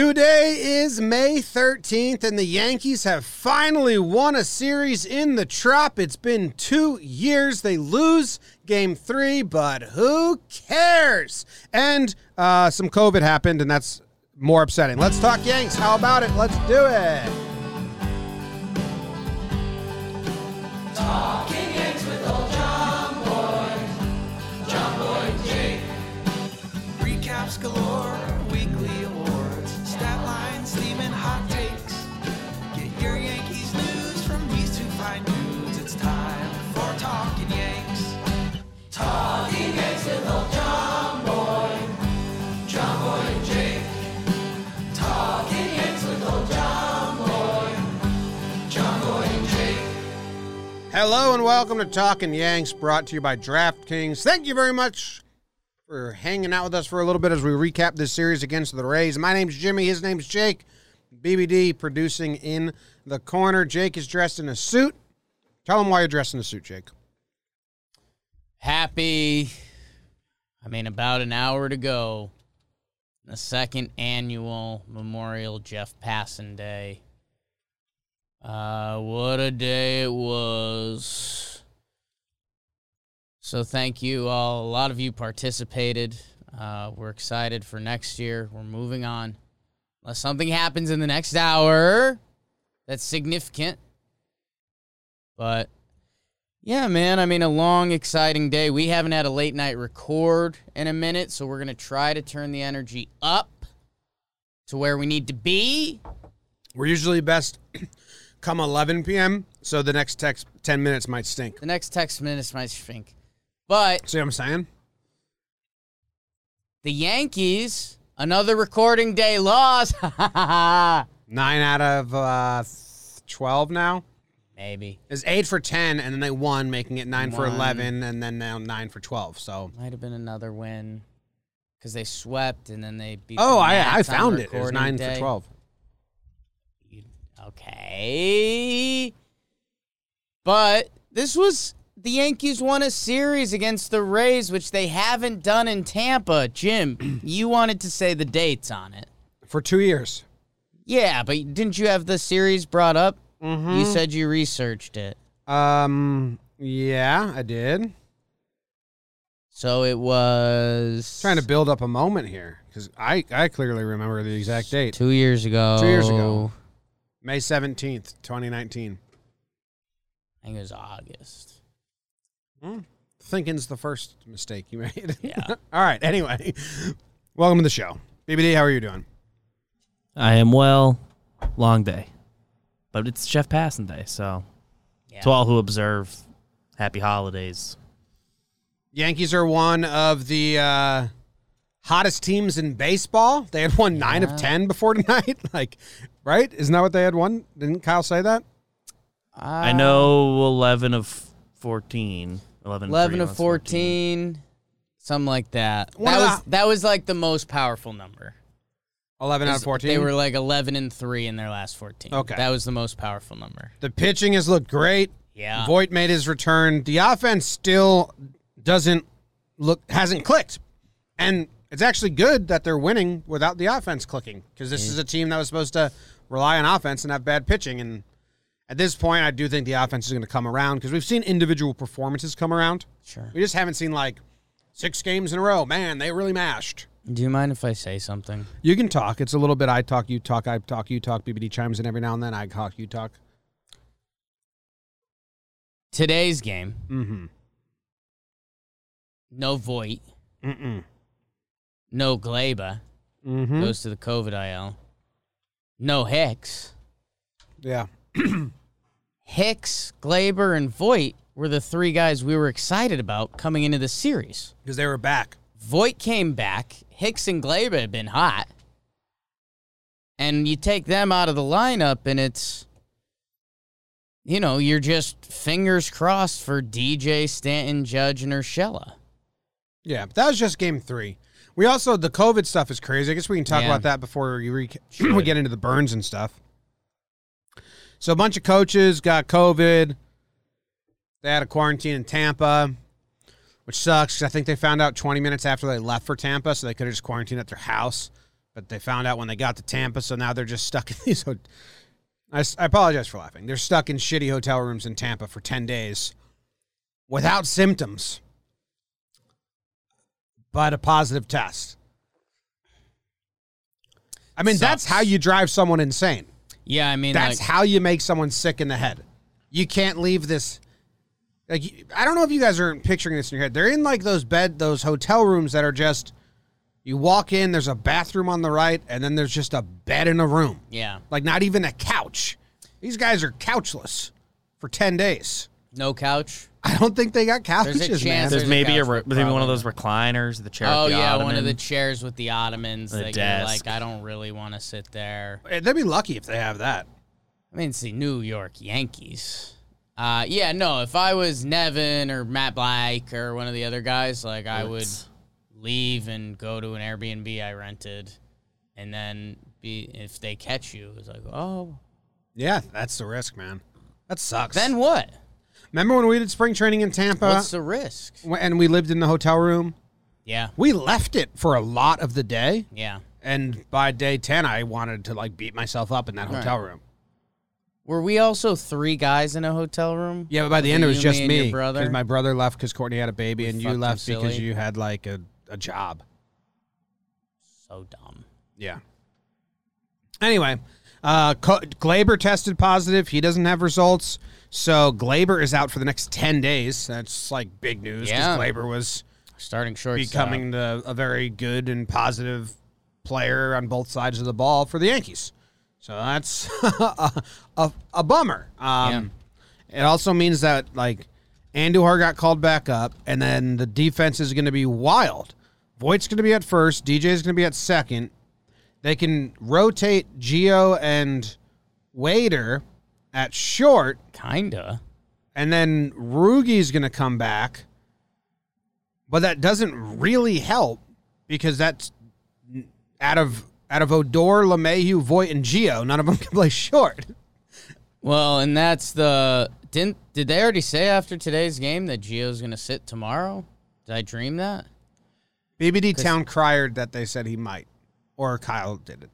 Today is May 13th, and the Yankees have finally won a series in the Trop. It's been two years. They lose game three, but who cares? And uh, some COVID happened, and that's more upsetting. Let's talk Yanks. How about it? Let's do it. Recaps galore, weekly awards, stat lines, steaming hot takes. Get your Yankees news from these two fine dudes. It's time for Talking Yanks. Talking Yanks with old John Boy, John Boy and Jake. Talking Yanks with old John Boy, John Boy and Jake. Hello and welcome to Talking Yanks, brought to you by DraftKings. Thank you very much for hanging out with us for a little bit as we recap this series against the Rays. My name's Jimmy, his name's Jake. BBD producing in the corner. Jake is dressed in a suit. Tell him why you're dressed in a suit, Jake. happy i mean about an hour to go the second annual memorial jeff passon day uh what a day it was so thank you all a lot of you participated uh we're excited for next year we're moving on unless something happens in the next hour that's significant but yeah, man. I mean, a long, exciting day. We haven't had a late night record in a minute, so we're going to try to turn the energy up to where we need to be. We're usually best come 11 p.m., so the next text 10 minutes might stink. The next text minutes might shrink. But See what I'm saying? the Yankees, another recording day loss. Nine out of uh, 12 now Maybe. is eight for 10, and then they won, making it nine for One. 11, and then now nine for 12. So Might have been another win because they swept and then they beat. Oh, the I, Nats I on found it. It was recording nine day. for twelve. You- Okay. But this was the Yankees won a series against the Rays, which they haven't done in Tampa. Jim, you wanted to say the dates on it. For two years. Yeah, but didn't you have the series brought up? Mm-hmm. You said you researched it. Um yeah, I did. So it was Trying to build up a moment here. Because I, I clearly remember the exact date. two years ago. Two years ago. May seventeenth, twenty nineteen. I think it was August. Thinking's the first mistake you made. Yeah. All right. Anyway. Welcome to the show. BBD, how are you doing? I am well. Long day, but it's Jeff Passan Day, so Yeah. to all who observe, happy holidays. Yankees are one of the uh, hottest teams in baseball. They had won nine of ten before tonight. like, right? Isn't that what they had won? Didn't Kyle say that? I Um, know eleven of 14, 11, 11 three, of 14 something like that One that of was the- that was like the most powerful number Eleven out of fourteen. they were like 11 and 3 in their last 14 Okay. that was the most powerful number The pitching has looked great. Yeah. Voigt made his return. The offense still doesn't look hasn't clicked. And it's actually good that they're winning without the offense clicking because this is a team that was supposed to rely on offense and have bad pitching and at this point I do think the offense is going to come around because we've seen individual performances come around. sure We just haven't seen like six games in a row. Man, they really mashed. do you mind if i say something You can talk. It's a little bit I talk, you talk, I talk, you talk. BBD chimes in every now and then. I talk, you talk. today's game Mhm. no voight Mm-mm. no gleba Mhm. goes to the covid il no hicks Yeah. hicks glaber and voight were the three guys we were excited about coming into the series because they were back. Voigt came back. Hicks and Glaber have been hot. And you take them out of the lineup, and it's, you know, you're just fingers crossed for DJ, Stanton, Judge, and Urshela. Yeah, but that was just game three. We also the COVID stuff is crazy. I guess we can talk Yeah. about that before we re- we Should. get into the burns and stuff. So a bunch of coaches got COVID. They had a quarantine in Tampa, which sucks. 'cause I think they found out 20 minutes after they left for Tampa, so they could have just quarantined at their house. but they found out when they got to Tampa, so now they're just stuck in these. Ho- I, s- I apologize for laughing. They're stuck in shitty hotel rooms in Tampa for ten days, without symptoms, but a positive test. I mean, that's Sucks. how you drive someone insane. Yeah, I mean, That's like, how you make someone sick in the head. You can't leave this. Like you- I don't know if you guys are picturing this in your head. They're in like those bed, those hotel rooms that are just. You walk in, there's a bathroom on the right, and then there's just a bed in a room. yeah, Like not even a couch. These guys are couchless for ten days. no couch. I don't think they got couches, a chance man. There's a maybe a couch re- with maybe one problem. of those recliners, the chair. Oh with the yeah, ottoman. one of the chairs with the ottomans The that desk. you're like, I don't really want to sit there. eh, They'd be lucky if they have that. I mean, it's the New York Yankees. Uh, yeah, no, if I was Nevin or Matt Black or one of the other guys, like I would It's- leave and go to an Airbnb I rented, and then be if they catch you, it's like, oh, Yeah, that's the risk, man. That sucks. then what? remember when we did spring training in Tampa What's the risk? and we lived in the hotel room? Yeah, we left it for a lot of the day yeah. and by day 10 i wanted to like beat myself up in that hotel room Were we also three guys in a hotel room? yeah but by the end it You, was just me, and your me brother? because my brother left because courtney had a baby and you fucking left because silly. you had like a, a job So dumb. yeah anyway uh Co- glaber tested positive he doesn't have results so glaber is out for the next 10 days that's like big news because Yeah. glaber was Starting uh, shortstop. becoming the, a very good and positive player on both sides of the ball for the Yankees. So that's a, a, a bummer. Um, It also means that like Andujar got called back up, and then the defense is going to be wild. Voight's going to be at first. DJ is going to be at second. They can rotate Geo and Wader at short. kinda. And then Rugi's going to come back. But that doesn't really help because that's out of out of Odor, LeMahieu, Voigt, and Geo. None of them can play short. Well, and that's the didn't did they already say after today's game that Gio's gonna sit tomorrow? Did I dream that? BBD Town crier that they said he might, or Kyle did it.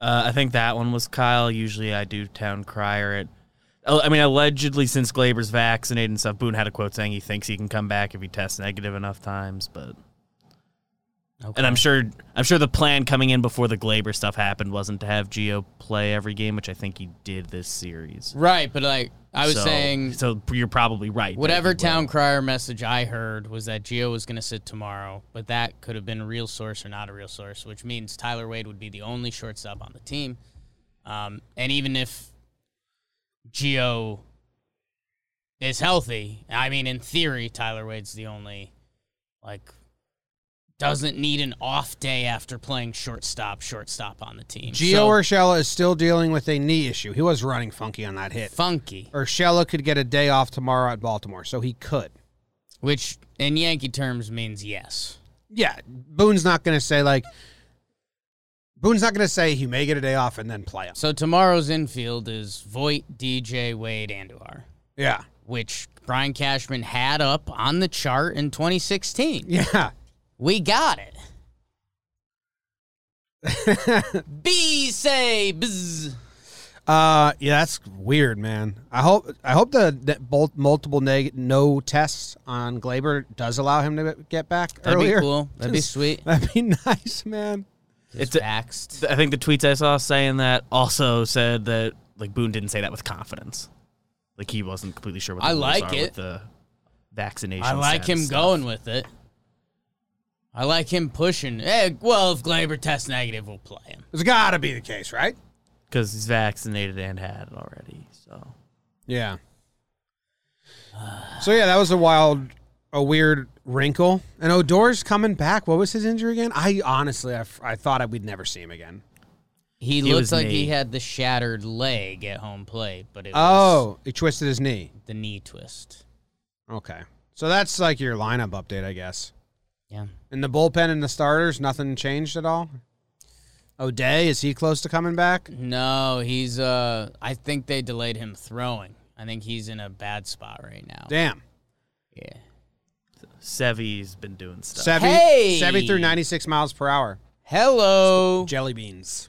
Uh, I think that one was Kyle. Usually I do town crier it. Oh, I mean, allegedly since Glaber's vaccinated and stuff, Boone had a quote saying he thinks he can come back if he tests negative enough times. But Okay. and I'm sure I'm sure the plan coming in before the Glaber stuff happened wasn't to have Geo play every game, which I think he did this series. right, but like I was So- saying, so you're probably right. that whatever he will. town crier message I heard was that Gio was gonna sit tomorrow, but that could have been a real source or not a real source, which means Tyler Wade would be the only shortstop on the team. Um, and even if Gio is healthy, I mean, in theory, Tyler Wade's the only like doesn't need an off day after playing shortstop, shortstop on the team. Gio So, Urshela is still dealing with a knee issue. He was running funky on that hit. funky, Urshela could get a day off tomorrow at Baltimore, so he could. which in Yankee terms means yes. Yeah, Boone's not going to say like. Boone's not going to say he may get a day off and then play him. So tomorrow's infield is Voit, DJ, Wade, Andujar, Yeah. which Brian Cashman had up on the chart in 2016. Yeah. We got it. B say bzz. Uh, yeah, that's weird, man. I hope I hope the that both multiple neg- no tests on Glaber does allow him to get back That'd earlier. be cool. That'd be sweet. That'd be nice, man. It's a- vaxxed. I think the tweets I saw saying that also said that like Boone didn't say that with confidence. Like he wasn't completely sure what the I rules like are it. with the vaccination. I like him status. going with it. I like him pushing. Hey, well, if Glaber tests negative, we'll play him. It's got to be the case, right? because he's vaccinated and had it already. So Yeah. So yeah, that was a wild, a weird wrinkle. And Odor's coming back. What was his injury again? I honestly, I, f- I thought I, we'd never see him again. He was looked like he knee. had the shattered leg at home plate, but it was Oh, he twisted his knee. the knee twist. Okay, so that's like your lineup update, I guess. Yeah. And the bullpen and the starters, nothing changed at all. O'Day, is he close to coming back? No, he's uh I think they delayed him throwing. I think he's in a bad spot right now. Damn. Yeah. Sevi's been doing stuff. Seventy, Hey! seventy through 96 miles per hour. Hello. Jelly beans.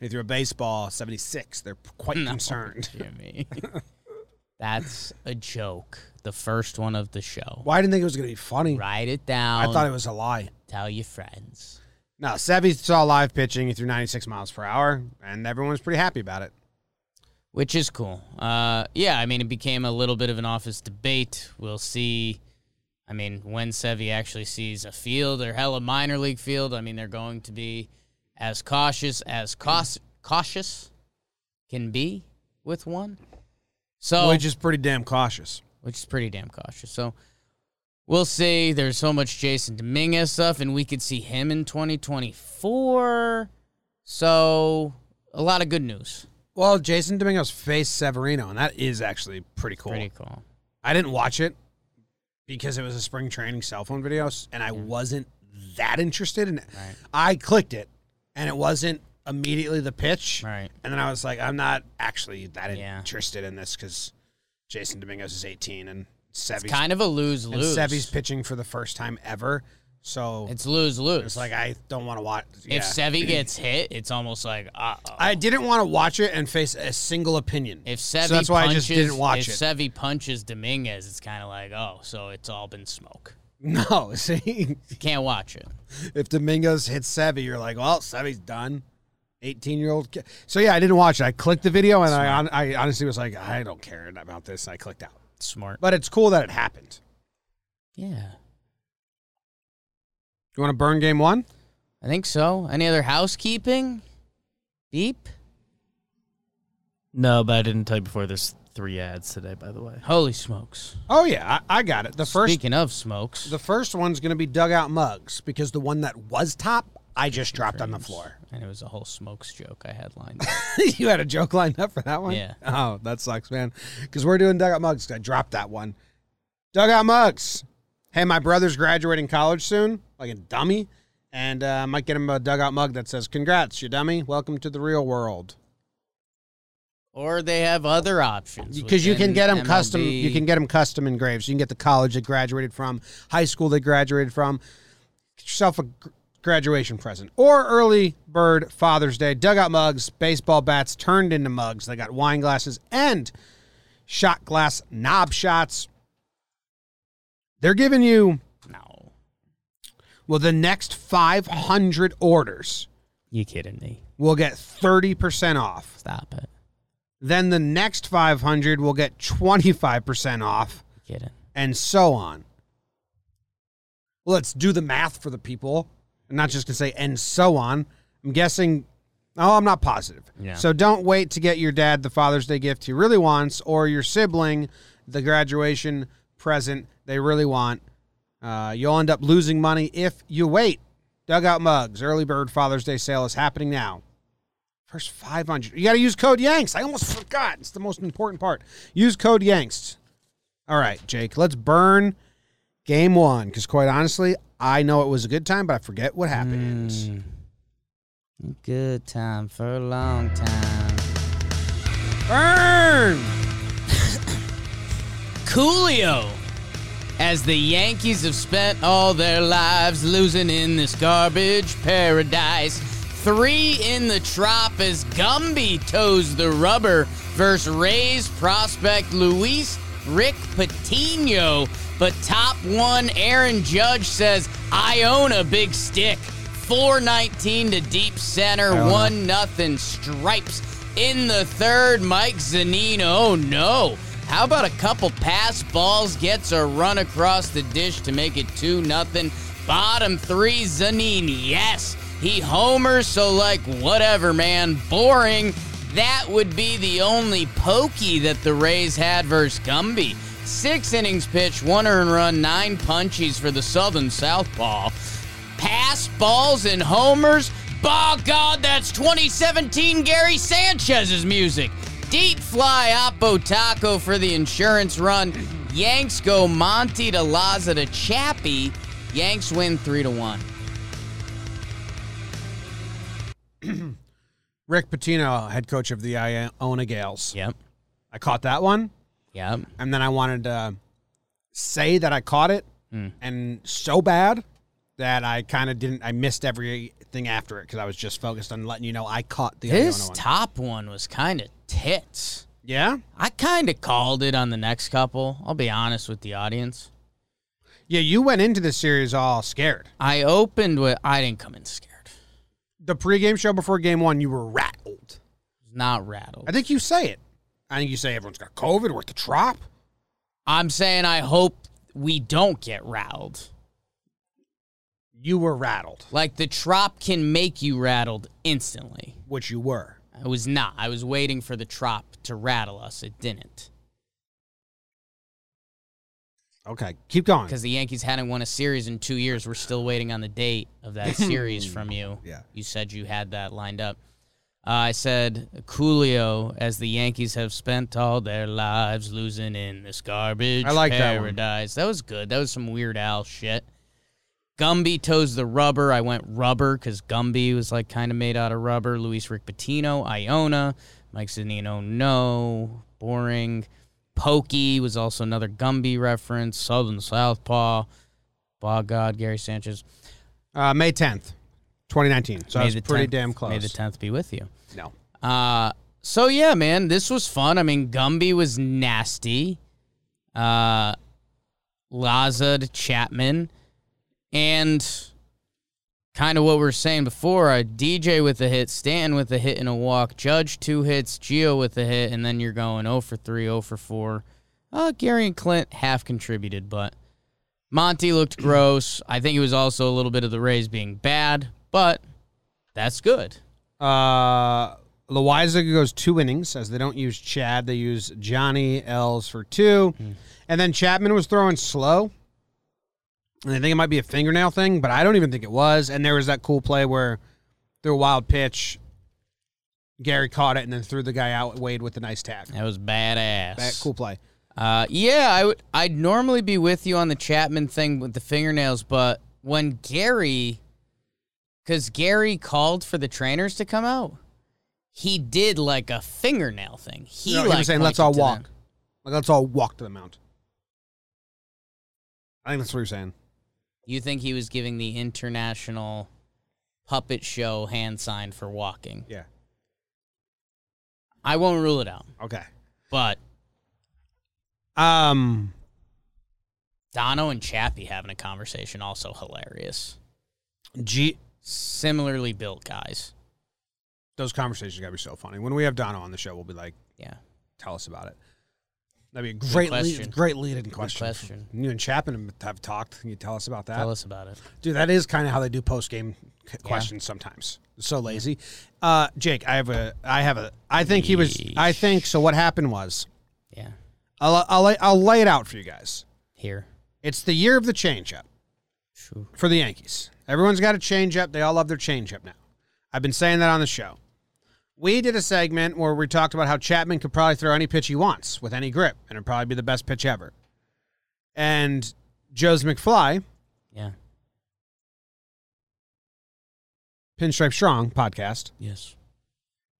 They threw a baseball, 76. They're quite No, concerned. Jimmy. That's a joke. The first one of the show. Well, I didn't think it was going to be funny. Write it down. I thought it was a lie. Tell your friends. No, Sevy saw live pitching. He threw 96 miles per hour, and everyone was pretty happy about it. Which is cool. Uh, yeah, I mean, it became a little bit of an office debate. We'll see. I mean, when Sevy actually sees a field or hell a minor league field, I mean, they're going to be as cautious as caus- cautious can be with one. So Which is pretty damn cautious. which is pretty damn cautious. So we'll see. There's so much Jason Dominguez stuff, and we could see him in 2024. So a lot of good news. Well, Jason Dominguez faced Severino, and that is actually pretty cool. Pretty cool. I didn't watch it because it was a spring training cell phone video, s- and I wasn't that interested in it. Right. I clicked it, and it wasn't immediately the pitch. Right. And then I was like, I'm not actually that Yeah. interested in this because Jason Dominguez is 18 and Sevy's, Kind of a lose and lose. Sevy's pitching for the first time ever. So it's, It's lose lose. like, I don't want to watch. Yeah. if Sevy gets hit, it's almost like uh oh. I didn't want to watch it and face a single opinion. If Sevy so that's why punches, I just didn't watch if it. Sevy punches Dominguez, it's kind of like oh, so it's all been smoke. no, see, You can't watch it. if Domingos hits Sevy, you're like, well, Sevy's done. 18 year old. Kid. So yeah, I didn't watch it. I clicked the video and I, hon- I honestly was like, I don't care about this. I clicked out. Smart. But it's cool that it happened. yeah. You want to burn game one? I think so. Any other housekeeping? Beep. No, but I didn't tell you before. There's three ads today, by the way. Holy smokes. Oh yeah, I, I got it. The first Speaking of smokes, the first one's gonna be dugout mugs because the one that was top, I just dropped on the floor. and it was a whole smokes joke I had lined up. you had a joke lined up for that one? Yeah. Oh, that sucks, man. Because we're doing dugout mugs. I dropped that one. Dugout mugs. Hey, my brother's graduating college soon, like a dummy, and uh, I might get him a dugout mug that says, "Congrats, you dummy! Welcome to the real world." or they have other options Because you can within get them custom. MLB. You can get them custom engraved. So you can get the college they graduated from, high school they graduated from. Get yourself a gr- graduation present or early bird Father's Day dugout mugs, baseball bats turned into mugs. They got wine glasses and shot glass knob shots. They're giving you No, well the next 500 orders you kidding me? will get 30% off. Stop it. Then the next 500 will get 25% off. You kidding? and so on. Let's do the math for the people. I'm not just going to say and so on. I'm guessing, oh, I'm not positive. Yeah. So don't wait to get your dad the Father's Day gift he really wants or your sibling the graduation present they really want. Uh, you'll end up losing money if you wait. Dugout mugs, early bird Father's Day sale is happening now. First 500. You got to use code Yanks. I almost forgot. It's the most important part. Use code Yanks. All right, Jake, let's burn game one because, quite honestly, I know it was a good time, but I forget what happened. Good time for a long time. Burn! Coolio. As the Yankees have spent all their lives losing in this garbage paradise. Three in the trop as Gumby toes the rubber versus Rays prospect Luis Rick Patino. But top one, Aaron Judge says, I own a big stick. 419 to deep center, Iona. 1 nothing stripes. In the third, Mike Zanino. Oh no. How about a couple pass balls gets a run across the dish to make it 2 nothing. Bottom 3 Zanini. Yes. He homers so like whatever man, boring. That would be the only pokey that the Rays had versus Gumby. Six innings pitched, one earned run, nine punchies for the Southern Southpaw pass balls and homers. By God, that's 2017 Gary Sanchez's music. Deep fly Oppo Taco for the insurance run. Yanks go Monty to Laza to Chappie. Yanks win three to one. Rick Pitino, head coach of the Iona Gales. Yep. I caught that one, Yep. and then I wanted to say that I caught it, and so bad that I kind of didn't. I missed everything after it because I was just focused on letting you know I caught the His Iona one. top one was kind of tits. yeah, I kind of called it on the next couple. I'll be honest with the audience. yeah. You went into this series all scared. I opened with I didn't come in scared. The pregame show before game one, you were rattled. Not rattled. I think you say it. I think you say everyone's got COVID. We're at the trop. I'm saying I hope we don't get rattled. You were rattled, Like the trop can make you rattled instantly. which you were. I was not. I was waiting for the trop to rattle us. It didn't. Okay, keep going. Because the Yankees hadn't won a series in two years. We're still waiting on the date of that series from you. Yeah. You said you had that lined up. Uh, I said, Coolio, as the Yankees have spent all their lives losing in this garbage I like that one. paradise. That, was good. That was some Weird Al shit. Gumby toes the rubber. I went rubber because Gumby was like kind of made out of rubber. Luis Rick Pitino, Iona, Mike Zanino, no. Boring. Pokey was also another Gumby reference. Southern Southpaw. Bog God, Gary Sanchez. Uh, May tenth, twenty nineteen. So I May was the pretty 10th damn close. May the 10th be with you. No. Uh, so yeah, man, this was fun. I mean, Gumby was nasty. Uh, Laza to Chapman, and kind of what we were saying before: uh, DJ with a hit, Stan with a hit and a walk, Judge two hits, Geo with a hit, and then you're going 0 for 3, 0 for 4. Uh, Gary and Clint half contributed, but Monty looked gross. I think it was also a little bit of the Rays being bad, but that's good. Uh, Loizaga goes two innings as they don't use Chad. They use Johnny L's for two. And then Chapman was throwing slow. And I think it might be a fingernail thing, but I don't even think it was. And there was that cool play where through a wild pitch, Gary caught it and then threw the guy out, Wade, with a nice tag. That was badass. That cool play. Uh, yeah, I would. I'd normally be with you on the Chapman thing with the fingernails, but when Gary, because Gary called for the trainers to come out, he did like a fingernail thing. He, No, like, was saying, let's all pointed to walk. them. Like, let's all walk to the mound. I think that's what you're saying. You think he was giving the international puppet show hand sign for walking? Yeah. I won't rule it out, Okay. but Um, Dono and Chappie having a conversation also hilarious. G. Similarly built guys. those conversations gotta be so funny. When we have Dono on the show, we'll be like, Yeah. tell us about it. That'd be a great, question. lead, great lead-in question. question. You and Chapman have talked. Can you tell us about that, Tell us about it. dude? That is kind of how they do post-game c- questions sometimes. So lazy. Uh, Jake, I have a, I have a, I think he was, I think so. What happened was, Yeah. I'll, I'll, lay- I'll lay it out for you guys. Here. It's the year of the changeup Shoo. for the Yankees. Everyone's got a changeup. They all love their changeup now. I've been saying that on the show. We did a segment where we talked about how Chapman could probably throw any pitch he wants with any grip, and it'd probably be the best pitch ever. And Joe's McFly, Yeah. Pinstripe Strong podcast, Yes.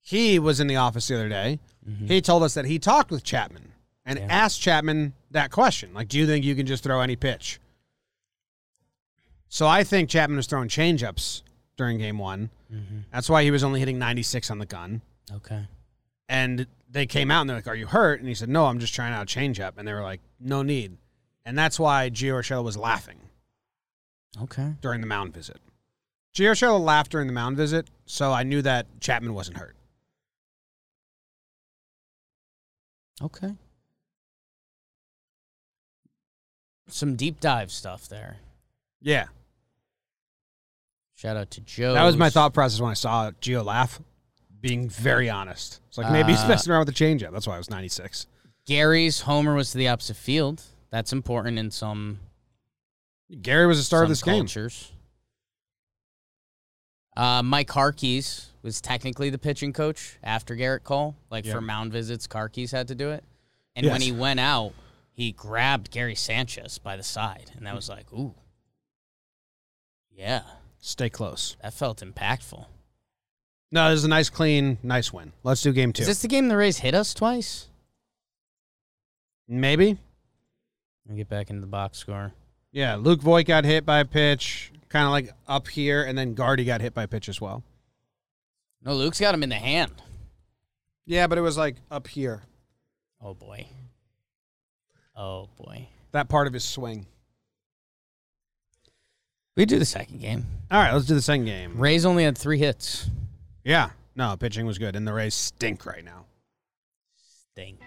he was in the office the other day. He told us that he talked with Chapman and Yeah. asked Chapman that question. Like, do you think you can just throw any pitch? So I think Chapman was throwing changeups during game one. That's why he was only hitting 96 on the gun. Okay. And they came out and they're like, Are you hurt? And he said, No, I'm just trying out a changeup. And they were like, No need. And that's why Gio Urshela was laughing Okay. during the mound visit. Gio Urshela laughed during the mound visit, so I knew that Chapman wasn't hurt. Okay. Some deep dive stuff there. Yeah. Shout out to Joe. That was my thought process when I saw Geo laugh, being very honest. It's like maybe he's Uh, messing around with the changeup. That's why I was 96. Gary's homer was to the opposite field. That's important in some Gary was the star of some this game. cultures. Uh, Mike Harkey's was technically the pitching coach after Garrett Cole. Like Yeah. for mound visits, Karkey's had to do it. And when Yes. he went out, he grabbed Gary Sanchez by the side, and that was like, ooh, yeah, Stay close. that felt impactful. No, this is a nice, clean, nice win. Let's do game two. Is this the game the Rays hit us twice? maybe? Let me get back into the box score. Yeah, Luke Voigt got hit by a pitch. kind of like up here, and then Guardy got hit by a pitch as well. No, Luke's got him in the hand. Yeah, but it was like up here, Oh boy. Oh boy. that part of his swing. We do the second game. All right, let's do the second game. Rays only had three hits. Yeah, no, pitching was good, and the Rays stink right now. Stink.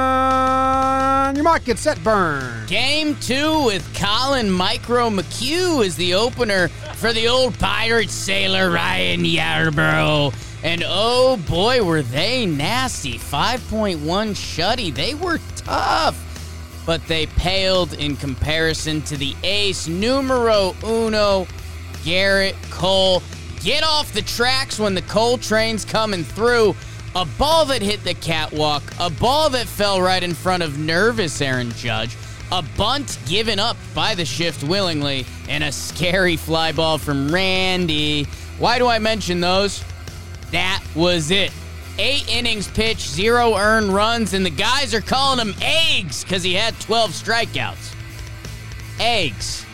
On your mark, get set, burn. Game two with Colin Micro McHugh is the opener for the old pirate sailor Ryan Yarborough. And oh boy, were they nasty. 5.1 shutty. They were tough, but they paled in comparison to the ace numero uno, Garrett Cole. Get off the tracks when the coal train's coming through. A ball that hit the catwalk, a ball that fell right in front of nervous Aaron Judge, a bunt given up by the shift willingly, and a scary fly ball from Randy. Why do I mention those? That was it. Eight innings pitched, zero earned runs, and the guys are calling him eggs because he had 12 strikeouts. Eggs.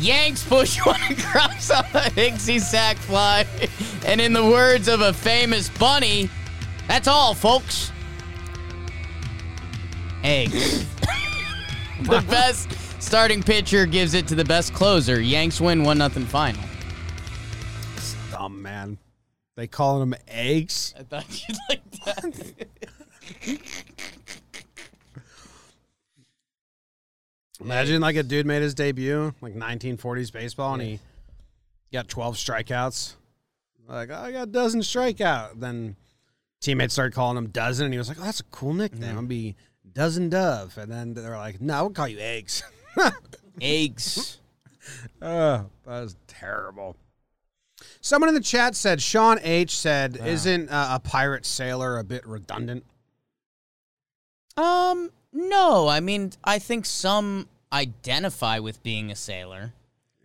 Yanks push one across on a Higgsy sack fly. And in the words of a famous bunny, that's all, folks. Eggs. the best starting pitcher gives it to the best closer. Yanks win 1 0 final. Dumb man. They calling them eggs. I thought you'd like that. Imagine like a dude made his debut, like 1940s baseball, and he got 12 strikeouts. Like, oh, I got a dozen strikeout. Then teammates started calling him dozen, and he was like, oh, that's a cool nickname. I'm gonna be dozen dove. And then they were like, no, we'll call you eggs. Eggs. Oh, that was terrible. Someone in the chat said Sean H said, "Isn't uh, a pirate sailor a bit redundant?" Um, no. I mean, I think some identify with being a sailor.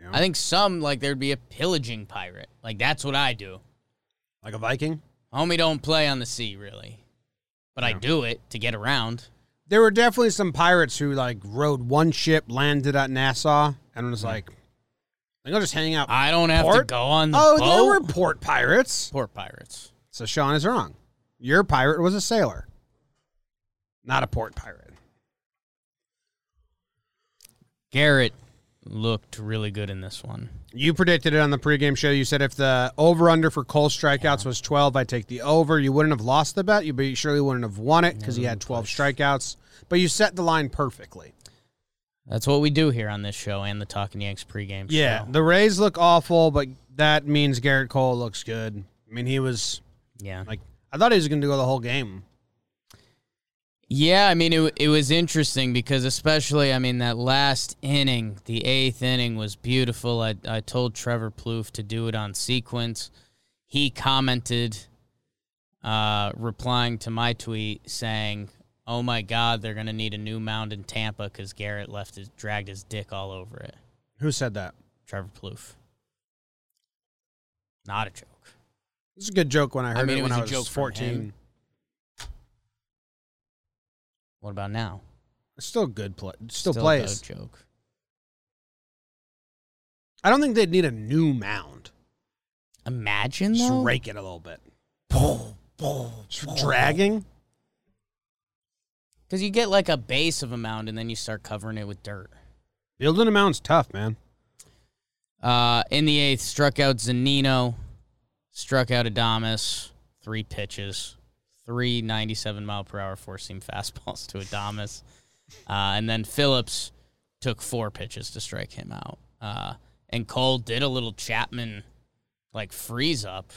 Yeah. I think some like there'd be a pillaging pirate. Like that's what I do. Like a Viking? Homie, don't play on the sea, really. But I do it to get around. There were definitely some pirates who like rode one ship, landed at Nassau, and Mm-hmm. was like, "They go just hang out." I don't have Port? to go on the oh, boat. there were port pirates. Poor pirates. So Sean is wrong. Your pirate was a sailor, not a port pirate. Garrett looked really good in this one. You predicted it on the pregame show. You said if the over under for Cole strikeouts was 12, I take the over. You wouldn't have lost the bet. You but you surely wouldn't have won it because he had Mm-hmm. 12 strikeouts. But you set the line perfectly. That's what we do here on this show and the Talking Yanks pregame show. The Rays look awful, but that means Garrett Cole looks good. I mean, he was Yeah. like, I thought he was going to go the whole game. Yeah, I mean, it, it was interesting because, especially, I mean, that last inning, the eighth inning was beautiful. I, I told Trevor Plouffe to do it on sequence. He commented, uh, replying to my tweet, saying, Oh my God, they're going to need a new mound in Tampa because Garrett left his, dragged his dick all over it. Who said that? Trevor Plouffe. Not a joke. It was a good joke when I heard mean, it, it when was I a was joke from 14. him. What about now? It's still a good play. it Still, Still plays. a joke. I don't think they'd need a new mound. Imagine, Just though. rake it a little bit. Just Dragging. Because you get like a base of a mound and then you start covering it with dirt. Building a mound's tough, man. Uh, in the eighth, struck out Zanino, struck out Adamas, three pitches, three 97 mile per hour four seam fastballs to Adamas. Uh, and then Phillips took four pitches to strike him out. Uh, and Cole did a little Chapman like freeze up.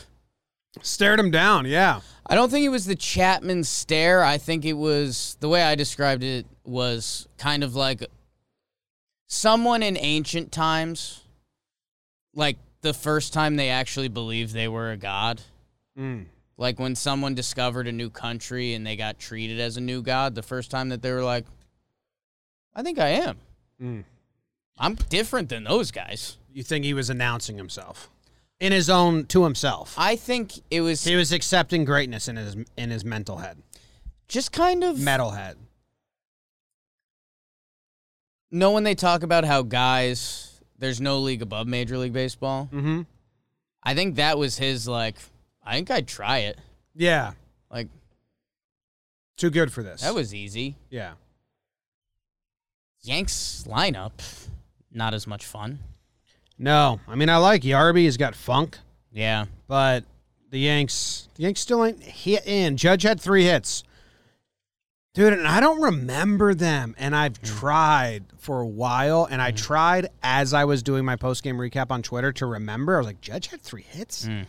Stared him down, yeah. I don't think it was the Chapman stare. I think it was the way I described it was kind of like someone in ancient times, like the first time they actually believed they were a god. Mm. Like when someone discovered a new country and they got treated as a new god, the first time that they were like, I think I am. Mm. I'm different than those guys. You think he was announcing himself in his own to himself? I think it was He was accepting greatness in his in his mental head, just kind of metal head. know when they talk about how guys, there's no league above Major League Baseball. Mm-hmm. I think that was his like. I think I'd try it. Yeah. Like Too good for this. that was easy. yeah. Yanks lineup, not as much fun. No, I mean I like Yarby. He's got funk, Yeah, but the Yanks, the Yanks still ain't hitting. Judge had three hits, dude, and I don't remember them. And I've tried for a while, and I tried as I was doing my post game recap on Twitter to remember. I was like, Judge had three hits, Mm.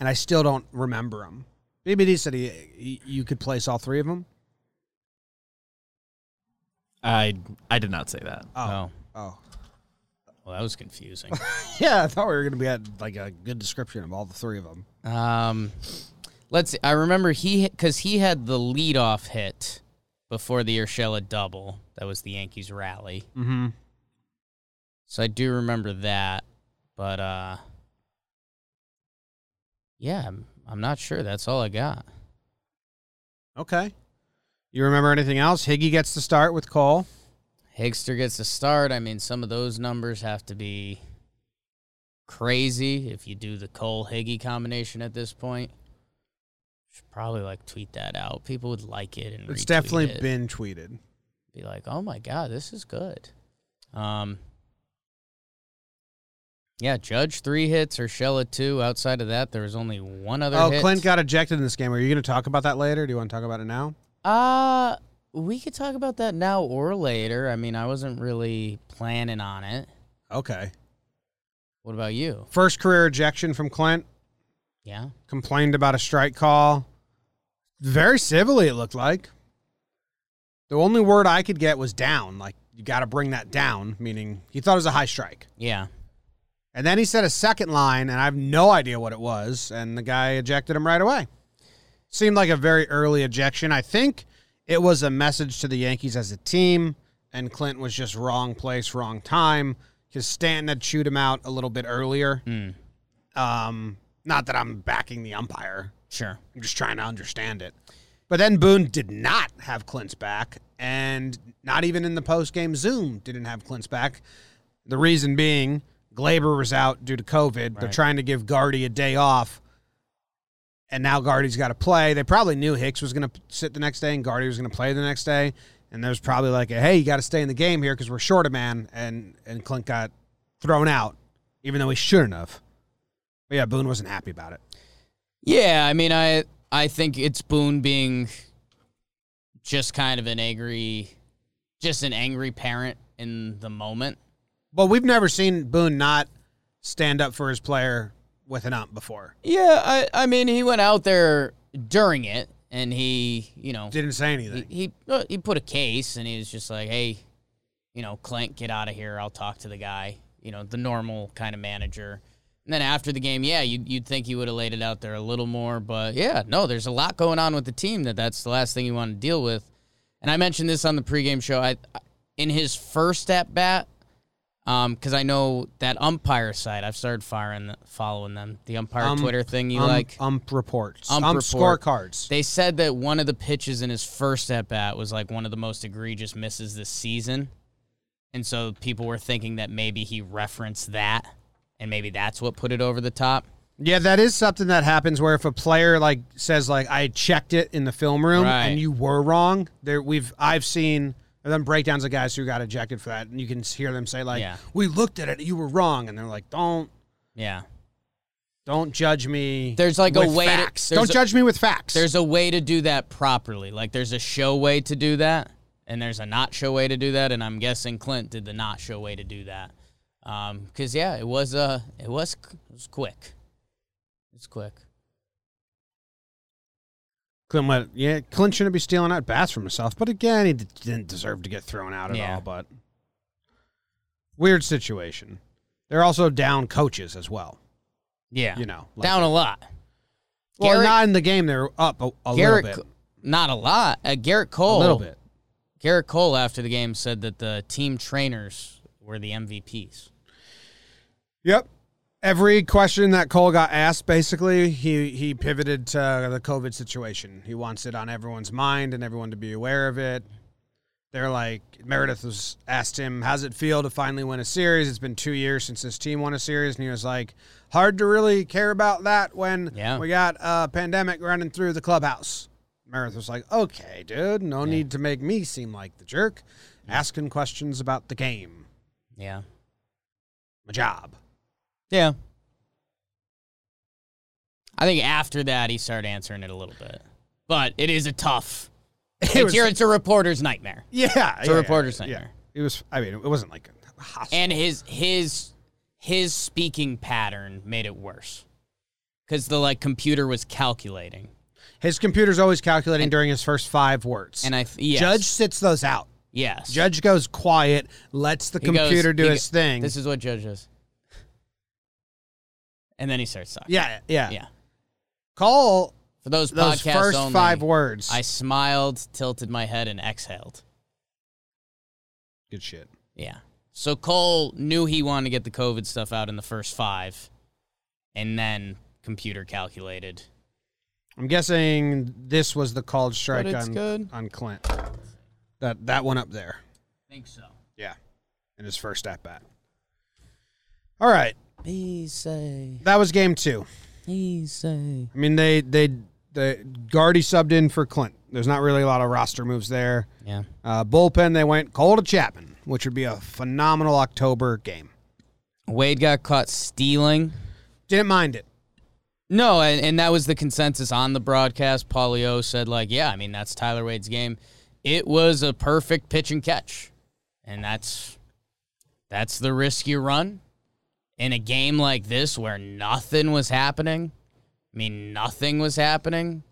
and I still don't remember them. BBD said he, he, you could place all three of them. I I did not say that. Oh, Oh. oh, well, that was confusing. yeah. I thought we were gonna be at like a good description of all the three of them. um, let's. See. I remember he because he had the leadoff hit before the Urshela double. That was the Yankees rally. Mm-hmm. So I do remember that, but uh, yeah, I'm, I'm not sure. That's all I got. Okay. You remember anything else? Higgy gets to start with Cole. Higster gets a start. I mean, some of those numbers have to be crazy if you do the Cole Higgy combination at this point. Should probably like tweet that out. People would like it and It's retweet definitely it. been tweeted. be like, "Oh my god, this is good." Um, yeah, Judge three hits or Shella two. Outside of that, there was only one other. Oh, hit. Clint got ejected in this game. Are you going to talk about that later? Do you want to talk about it now? Uh we could talk about that now or later. I mean, I wasn't really planning on it. Okay. What about you? First career ejection from Clint. Yeah. Complained about a strike call. Very civilly, it looked like. The only word I could get was down. Like, you got to bring that down, meaning he thought it was a high strike. Yeah. And then he said a second line, and I have no idea what it was. And the guy ejected him right away. Seemed like a very early ejection. I think it was a message to the Yankees as a team, and Clint was just wrong place, wrong time, because Stanton had chewed him out a little bit earlier. Hmm. Um, not that I'm backing the umpire, Sure. I'm just trying to understand it. But then Boone did not have Clint's back, and not even in the postgame Zoom didn't have Clint's back. The reason being, Glaber was out due to COVID. They're Right. trying to give Guardy a day off, and now Guardy's got to play. They probably knew Hicks was going to sit the next day, and Guardy was going to play the next day. And there's probably like, a, hey, you got to stay in the game here because we're short a man, and and Clint got thrown out, even though he shouldn't have. But yeah, Boone wasn't happy about it. Yeah, I mean, I I think it's Boone being just kind of an angry just an angry parent in the moment. But we've never seen Boone not stand up for his player with an ump before. Yeah, I I mean, he went out there during it and he, you know, Didn't say he anything. he, uh, he put a case and he was just like, hey, you know, Clint, get out of here. I'll talk to the guy. You know, the normal kind of manager. And then after the game, yeah, you'd, you'd think he would have laid it out there a little more, but yeah, no, there's a lot going on with the team that that's the last thing you want to deal with. And I mentioned this on the pregame show. I I- in his first at bat, because I know that umpire side. I've started firing, following them. The umpire Um, Twitter thing you ump, like. ump reports, ump, Ump report. scorecards. They said that one of the pitches in his first at bat was like one of the most egregious misses this season. And so people were thinking that maybe he referenced that and maybe that's what put it over the top. Yeah, that is something that happens where if a player like says like I checked it in the film room Right. and you were wrong, there we've I've seen them breakdowns of guys who got ejected for that, and you can hear them say like Yeah. We looked at it, you were wrong, and they're like don't Yeah. don't judge me. There's like a with way to- facts. there's don't a- judge me with facts. There's a way to do that properly. Like there's a show way to do that and there's a not show way to do that and I'm guessing Clint did the not show way to do that. Um, 'cause cuz yeah, it was uh it was it was quick. It's quick. Clint went, yeah, Clint shouldn't be stealing out bats from himself, but again, he d- didn't deserve to get thrown out at Yeah. all. But weird situation. They're also down coaches as well. Yeah. You know, like- down a lot. Well, Garrett- not in the game. They're up a, a little Garrett, bit, Co- not a lot. Uh, Garrett Cole, a little bit. Garrett Cole after the game said that the team trainers were the MVPs. Yep. Every question that Cole got asked, basically, he he pivoted to the COVID situation. He wants it on everyone's mind and everyone to be aware of it. They're like Meredith was asked him, "How's it feel to finally win a series? It's been two years since this team won a series," and he was like, "Hard to really care about that when Yeah. we got a pandemic running through the clubhouse." Meredith was like, "Okay, dude, no need to make me seem like the jerk. Asking questions about the game, Yeah. my job." Yeah. I think after that he started answering it a little bit. But it is a tough it's, was- your, it's a reporter's nightmare. Yeah, It's a reporter's yeah, nightmare. It was. I mean, it wasn't like a hostile. And his his his speaking pattern made it worse. Cause the like computer was calculating. His computer's always calculating during his first five words. And I th- yes, Judge sits those out. yes. Judge goes quiet, lets the He goes- computer do he his go- thing. This is what Judge does. And then he starts talking. yeah, yeah, Yeah. Call For those, those podcasts first only, five words. I smiled, tilted my head, and exhaled. Good shit. Yeah. So Cole knew he wanted to get the COVID stuff out in the first five, and then computer calculated. I'm guessing this was the called strike it's on good. on Clint. That that one up there. Think so. Yeah, in his first at bat. All right, He say, that was game two. he say. I mean, they they the Guardy subbed in for Clint. There's not really a lot of roster moves there. Yeah. Uh, bullpen, they went Cole to Chapman, which would be a phenomenal October game. Wade got caught stealing. Didn't mind it. No, and, and that was the consensus on the broadcast. Paulio said, like, yeah, I mean, that's Tyler Wade's game. It was a perfect pitch and catch. And that's that's the risk you run in a game like this where nothing was happening. I mean, nothing was happening.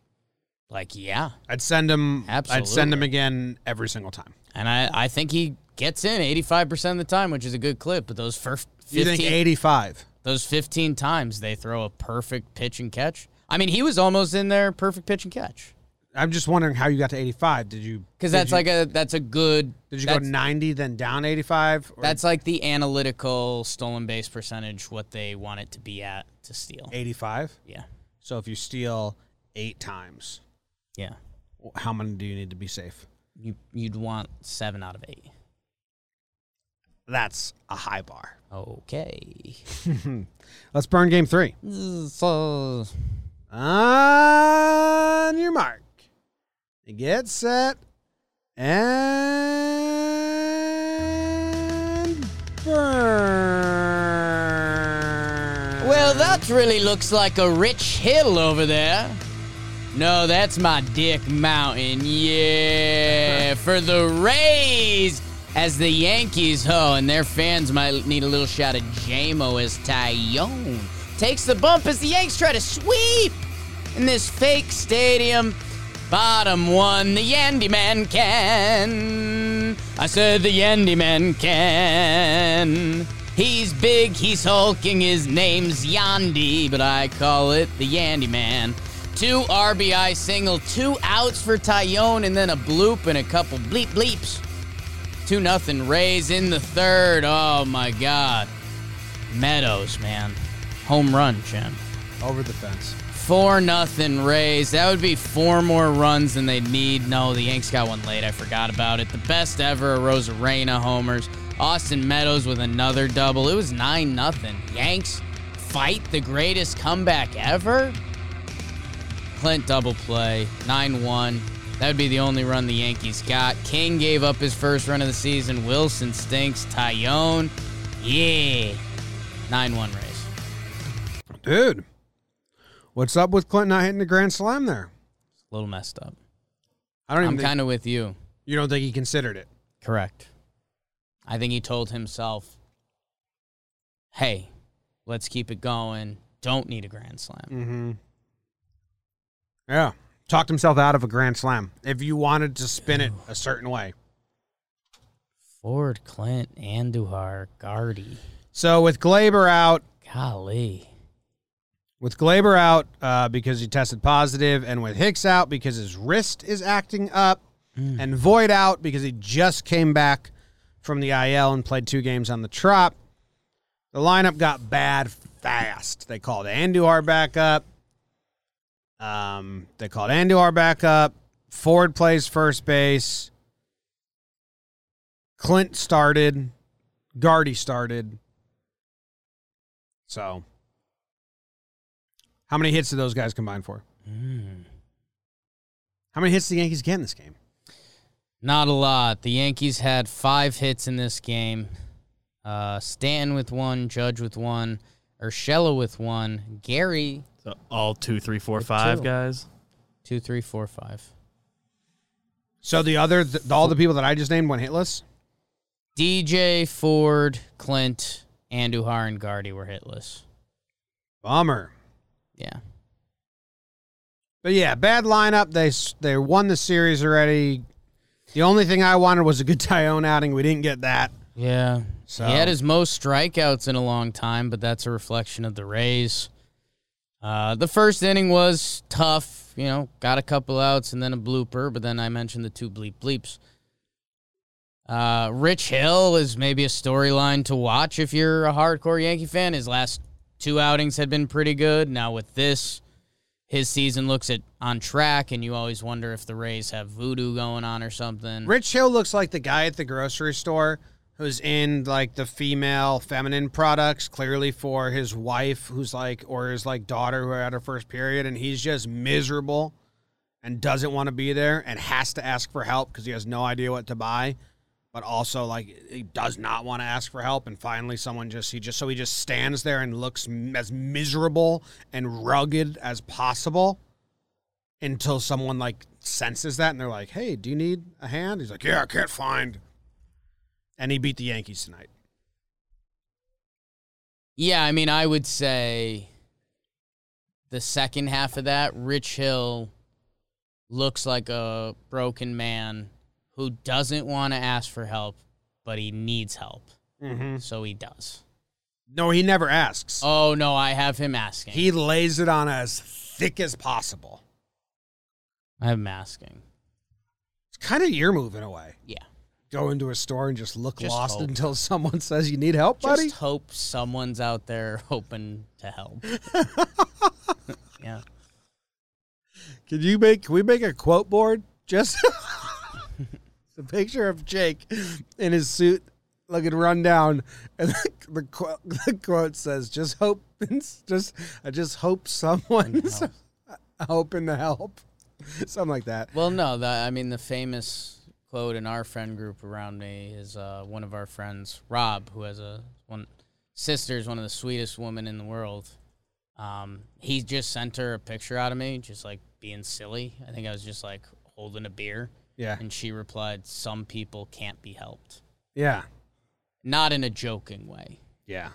Like, yeah. I'd send him. I'd send him Absolutely. again every single time. And I, I think he gets in 85% of the time, which is a good clip. But those first You 15, think eighty-five? those 15 times they throw a perfect pitch and catch. I mean, he was almost in there, perfect pitch and catch. I'm just wondering how you got to eighty-five. Did you? Because did that's you- like a that's a good. Did you go that's, ninety then down eighty-five? or That's like the analytical stolen base percentage, what they want it to be at to steal. eighty-five. Yeah, So if you steal eight times, yeah. how many do you need to be safe? You you'd want seven out of eight. That's a high bar. Okay. Let's burn game three. So On your mark. Get set. And burn. well, that really looks like a rich hill over there. No, that's my dick mountain. Yeah, for the Rays as the Yankees ho, and their fans might need a little shot of JMO as Tyone takes the bump as the Yanks try to sweep in this fake stadium. Bottom one, the Yandy Man can. I said the Yandy Man can. He's big, he's hulking, his name's Yandy, but I call it the Yandy Man. Two RBI single, two outs for Tyone, and then a bloop and a couple bleep bleeps. 2 nothing Rays in the third. Oh my god. Meadows, man. Home run, Jim. over the fence. Four nothing Rays. That would be four more runs than they need. No, the Yanks got one late. I forgot about it. The best ever Rosarena homers. Austin Meadows with another double. It was nine nothing. Yanks fight the greatest comeback ever. Clint double play, nine one. That would be the only run the Yankees got. King gave up his first run of the season. Wilson stinks. Tyone, yeah, nine one Rays. Dude, what's up with Clint not hitting the grand slam there? A little messed up. I don't even I'm think, kind of with you. you don't think he considered it. Correct. I think he told himself, hey, let's keep it going. Don't need a grand slam. Mm-hmm. Yeah. Talked himself out of a grand slam. If you wanted to spin it a certain way. Ford, Clint, Andujar, Guardy. So with Glaber out, Golly. with Glaber out uh, because he tested positive, and with Hicks out because his wrist is acting up, and Void out because he just came back from the IL and played two games on the Trop. The lineup got bad fast. They called Andujar back up. Um, they called Andujar back up. Ford plays first base. Clint started, Gardy started. So, how many hits did those guys combine for? How many hits did the Yankees get in this game? Not a lot. The Yankees had five hits in this game. Uh, Stanton with one, Judge with one, Urshela with one, Gary So all two, three, four, With five two. guys. two, three, four, five. So the other, th all the people that I just named went hitless. DJ Ford, Clint, Andujar, and Gardy were hitless. Bummer. Yeah, But yeah, bad lineup. They s- they won the series already. The only thing I wanted was a good Tyone outing. We didn't get that. yeah. So He had his most strikeouts in a long time, but that's a reflection of the Rays. Uh, the first inning was tough, you know, got a couple outs and then a blooper, but then I mentioned the two bleep bleeps. Uh, Rich Hill is maybe a storyline to watch if you're a hardcore Yankee fan. His last two outings had been pretty good. Now with this, his season looks at on track, and you always wonder if the Rays have voodoo going on or something. Rich Hill looks like the guy at the grocery store who's in like the female feminine products, clearly for his wife, who's like or his like daughter who are at her first period, and he's just miserable and doesn't want to be there and has to ask for help because he has no idea what to buy. But also, like, he does not want to ask for help. And finally, someone just, he just, so he just stands there and looks m- as miserable and rugged as possible until someone like senses that and they're like, "Hey, do you need a hand?" He's like, "Yeah, I can't find." And he beat the Yankees tonight. Yeah, I mean, I would say the second half of that, Rich Hill looks like a broken man who doesn't want to ask for help, but he needs help. Mm-hmm. So he does. No, he never asks. Oh, no, I have him asking. He lays it on as thick as possible. I have him asking. It's kind of your move in a way. Yeah. Go into a store and just look Just lost hope. until someone says you need help, buddy. Just hope someone's out there hoping to help. yeah. Can you make? Can we make a quote board? Just it's a picture of Jake in his suit, looking run down, and the, the, quote, the quote says, "Just hope, just I just hope someone's hoping to help, something like that." Well, no, the, I mean the famous quote in our friend group around me is uh, one of our friends, Rob, who has a one sister is one of the sweetest women in the world. Um, he just sent her a picture out of me, just like being silly. I think I was just like holding a beer, Yeah, and she replied, "Some people can't be helped," yeah, not in a joking way. yeah.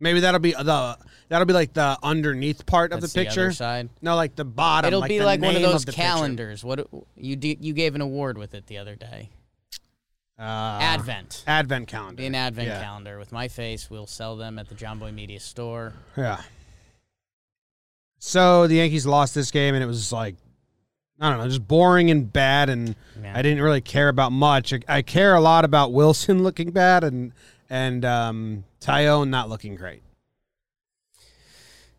Maybe that'll be the that'll be like the underneath part of That's the picture. other side. no, like the bottom. It'll like be the like one of name those the picture. calendars. What you d- you gave an award with it the other day? Uh, Advent. Advent calendar. Be an advent Yeah. calendar with my face. We'll sell them at the John Boy Media store. Yeah. So the Yankees lost this game, and it was like, I don't know, just boring and bad, and Yeah. I didn't really care about much. I, I care a lot about Wilson looking bad and and um, Tyone not looking great.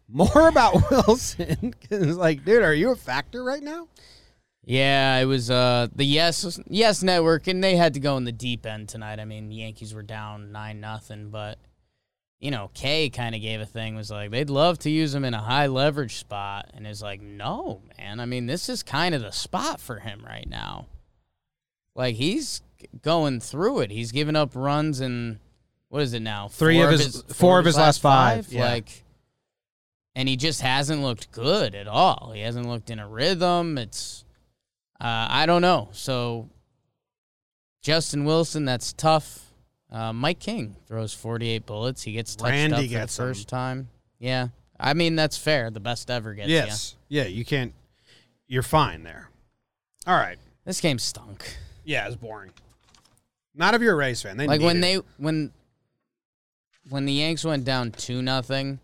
More about Wilson 'cause it's like, dude, are you a factor right now? Yeah, it was uh the Yes Yes Network, and they had to go in the deep end tonight. I mean, the Yankees were down nine nothing, but you know, Kay kind of gave a thing. Was like they'd love to use him in a high leverage spot, and it's like, no, man. I mean, this is kind of the spot for him right now. Like he's going through it. He's giving up runs and what is it now? Three of his- four of his last five, yeah. Like, and he just hasn't looked good at all. He hasn't looked in a rhythm. It's uh, I don't know. So Justin Wilson, that's tough. Uh, Mike King throws 48 bullets. He gets touched Randy up for gets the him. first time. Yeah, I mean that's fair. The best ever gets. ya. yes. Yeah, you can't. You're fine there. All right. this game stunk. Yeah, it's boring. Not if you're a Rays fan. They like need when it. they when when the Yanks went down two nothing,